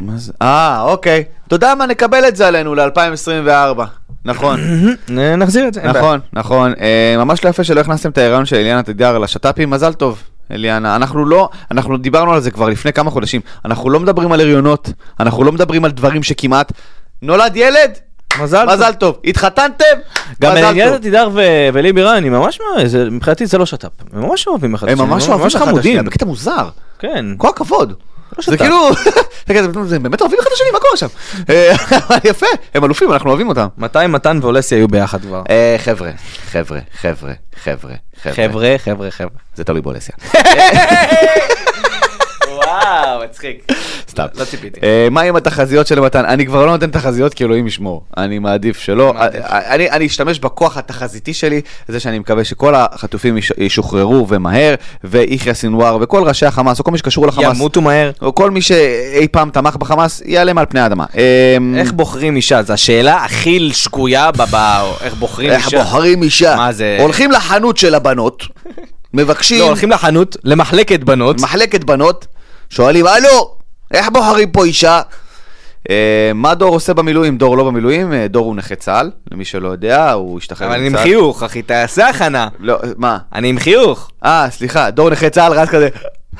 S2: מה זה? אה, אוקיי. אתה יודע מה, נקבל את זה עלינו ל-2024. נכון,
S3: נ- נחזיר את זה. אין בעיה.
S2: נכון, נכון. אה, ממש לא יפה שלא הכנסתם את ההיריון של אליאנה תידר לשת"פים, מזל טוב. אליאנה, אנחנו לא, אנחנו דיברנו על זה כבר לפני כמה חודשים, אנחנו לא מדברים על הריונות, אנחנו לא מדברים על דברים שכמעט... נולד ילד,
S3: מזל טוב.
S2: מזל טוב. התחתנתם,
S3: גם
S2: מזל
S3: לעניין
S2: טוב.
S3: תידר ו- וליבירן, אני ממש, מה- זה- מבחינתי זה לא שת"פ. הם ממש אוהבים אחד את
S2: הם
S3: השני,
S2: ממש אוהבים אחד את השנייה,
S3: חמודים.
S2: בקטע מוזר.
S3: כן.
S2: כל הכבוד. זה
S3: שת"פ.
S2: כאילו, [laughs] זה כזה, "זה באמת אוהבים אחד את השני, מה קורה שם? אה, [laughs] אבל יפה, הם אלופים, אנחנו אוהבים אותם.
S3: מתי מתן ואולסי היו ביחד כבר?
S2: אה, חבר'ה, חבר'ה, חבר'ה, חבר'ה,
S3: חבר'ה, חבר'ה, חבר'ה.
S2: זה תלוי
S3: [laughs]
S2: באולסיה.
S3: וואו, מצחיק.
S2: סתם.
S3: לא ציפיתי.
S2: אה, מה עם התחזיות של מתן? אני כבר לא נותן תחזיות כי אלוהים ישמור. אני מעדיף שלא. אה, אני אני אשתמש בכוח התחזיתי שלי, זה שאני מקווה שכל החטופים יש- ישוחררו ומהר, ויחיא סנוואר וכל ראשי החמאס, או כל מי שקשור לחמאס,
S3: ימותו מהר.
S2: או כל מי שאי פעם תמך בחמאס, ייעלם על פני האדמה. אה,
S3: איך בוחרים אישה? זו השאלה הכי שקויה בבאו. איך בוחרים
S2: איך
S3: אישה?
S2: בוחרים אישה?
S3: מה זה?
S2: הולכים לחנות של [laughs] הבנות, מבקשים...
S3: לא, הולכים לחנות, למחלקת בנות.
S2: מחלקת בנות, שואלים, הלו, איך בוחרים פה אישה? אה, מה דור עושה במילואים? דור לא במילואים, אה, דור הוא נכה צה"ל, למי שלא יודע, הוא השתחרר
S3: אבל אני עם
S2: מצה"ל.
S3: חיוך, אחי, תעשה הכנה.
S2: לא, מה?
S3: אני עם חיוך.
S2: אה, סליחה, דור נכה צה"ל, רז כזה.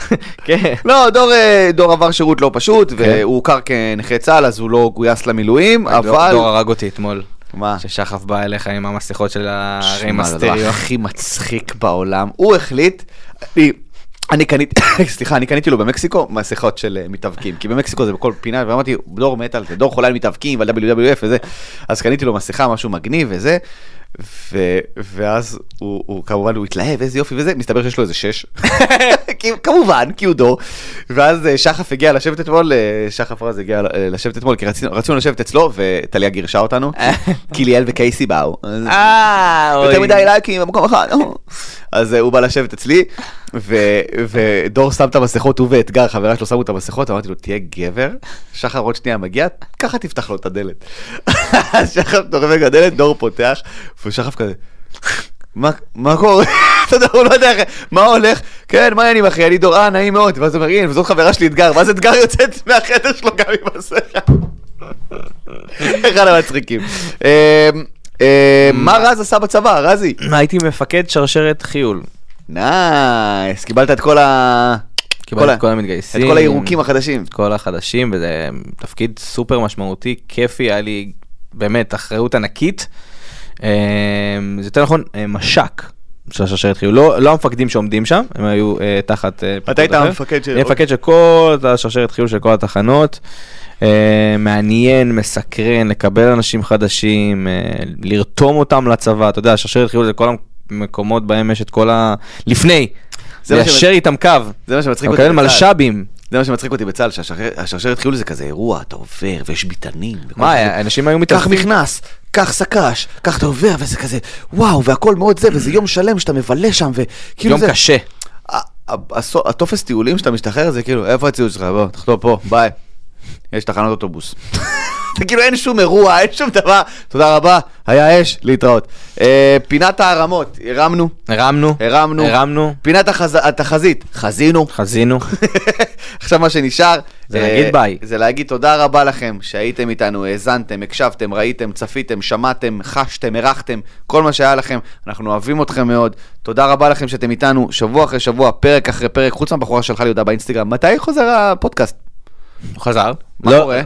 S2: [laughs]
S3: כן.
S2: לא, דור, אה, דור עבר שירות לא פשוט, והוא הוכר כנכה צה"ל, אז הוא לא גויס למילואים,
S3: דור-
S2: אבל...
S3: דור הרג אותי אתמול.
S2: מה?
S3: ששחף בא אליך עם המסכות של
S2: שמע, זה הדבר
S3: הריימסטריו.
S2: הכי מצחיק בעולם. הוא החליט, אני- אני קניתי, [laughs] סליחה, אני קניתי לו במקסיקו מסכות של אה, מתאבקים, כי במקסיקו זה בכל פינה, ואמרתי, דור מת על זה, דור חולה על מתאבקים ועל WWF וזה, אז קניתי לו מסכה, משהו מגניב וזה. ו- ואז הוא, הוא כמובן הוא התלהב איזה יופי וזה מסתבר שיש לו איזה שש [laughs] כי- כמובן כי הוא דור ואז אה, שחף הגיע לשבת אתמול אה, שחף רז הגיע אה, לשבת אתמול כי רצינו, רצינו לשבת אצלו וטליה גירשה אותנו כי ליאל וקייסי באו אז-
S3: אה, אוי.
S2: יותר מדי לייקים במקום אחד. אז אה, הוא בא לשבת אצלי, ו- ודור שם את המסכות, הוא ואתגר, חברה שלו שמו את המסכות, אמרתי לו, תהיה גבר, שחר עוד שנייה מגיע, ככה תפתח לו את הדלת. [laughs] אז שחר דורבק הדלת, דור פותח, ושחף כזה, מה, מה קורה? [laughs] אתה יודע, הוא לא יודע איך, מה הולך? כן, מה העניינים אחי? אני דור, אה, נעים מאוד. ואז הוא אומר, הנה, וזאת חברה שלי אתגר, ואז אתגר יוצאת [laughs] מהחדר שלו גם עם הסכר. [laughs] אחד המצחיקים. אמ, אמ, מה רז עשה בצבא, רזי?
S3: הייתי מפקד שרשרת חיול.
S2: נייס, קיבלת את כל ה...
S3: קיבלתי את כל
S2: את
S3: המתגייסים.
S2: כל הירוקים החדשים.
S3: את כל החדשים, וזה תפקיד סופר משמעותי, כיפי, היה לי באמת אחריות ענקית. אה, זה יותר נכון, אה, מש"ק. של השרשרת חיול, לא, לא המפקדים שעומדים שם, הם היו אה, תחת... אה, פיקוד
S2: היית
S3: אחר.
S2: המפקד של-
S3: אני המפקד של כל השרשרת חיול של כל התחנות. אה, מעניין, מסקרן, לקבל אנשים חדשים, אה, לרתום אותם לצבא, אתה יודע, שרשרת חיול זה כל המקומות בהם יש את כל ה... לפני,
S2: זה מה ש-
S3: ליישר איתם קו,
S2: זה מה שמצחיק
S3: אתה
S2: אותי
S3: מקבל
S2: בצה"ל.
S3: מלש"בים,
S2: זה מה שמצחיק אותי בצה"ל, שהשרשרת חיול זה כזה אירוע, אתה עובר ויש ביטנים. וכל
S3: מה, אה,
S2: זה.
S3: אנשים היו
S2: קח
S3: מתערבים?
S2: מכנס, קח סק"ש, קח אתה עובר, וזה כזה, וואו, והכל מאוד זה, וזה יום שלם שאתה מבלה שם, וכאילו
S3: יום
S2: כאילו זה...
S3: קשה.
S2: ה- ה- הסו- הטופס טיולים שאתה משתחרר זה כאילו, איפה הציוד שלך? בוא, תחתום פה, ביי. יש תחנות אוטובוס. [laughs] זה כאילו אין שום אירוע, אין שום דבר. תודה רבה, היה אש, להתראות. אה, פינת הערמות, הרמנו,
S3: הרמנו,
S2: הרמנו.
S3: הרמנו,
S2: פינת החז- התחזית, חזינו. [laughs]
S3: חזינו.
S2: עכשיו מה שנשאר,
S3: זה
S2: אה,
S3: להגיד ביי.
S2: זה להגיד תודה רבה לכם שהייתם איתנו, האזנתם, הקשבתם, ראיתם, צפיתם, שמעתם, חשתם, הרחתם, כל מה שהיה לכם, אנחנו אוהבים אתכם מאוד. תודה רבה לכם שאתם איתנו שבוע אחרי שבוע, פרק אחרי פרק, חוץ מהבחורה שלך לי הודעה באינסטגרם, מתי חוזר הפודקאסט?
S3: הוא חזר.
S2: מה
S3: לא.
S2: קורה?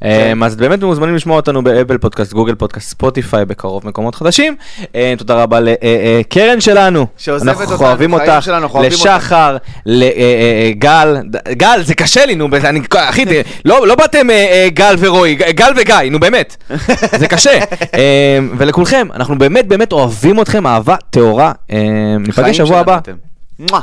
S2: כן.
S3: אמ, אז באמת מוזמנים לשמוע אותנו באפל פודקאסט, גוגל פודקאסט, ספוטיפיי, בקרוב מקומות חדשים. אמ, תודה רבה לקרן שלנו.
S2: שעוזבת
S3: אנחנו
S2: אותנו,
S3: אוהבים
S2: חיים
S3: אותך,
S2: שלנו, אנחנו אוהבים
S3: לשחר, לגל, אה, גל, זה קשה לי, נו, אני, אחי, ת- לא לא באתם אה, אה, גל ורועי, ג- גל וגיא,
S2: [laughs]
S3: נו באמת, זה קשה. אמ, ולכולכם, אנחנו באמת באמת אוהבים אתכם, אהבה טהורה. אמ,
S2: חיים
S3: ניפגש שבוע
S2: שלנו
S3: הבא.
S2: אתם. מואה.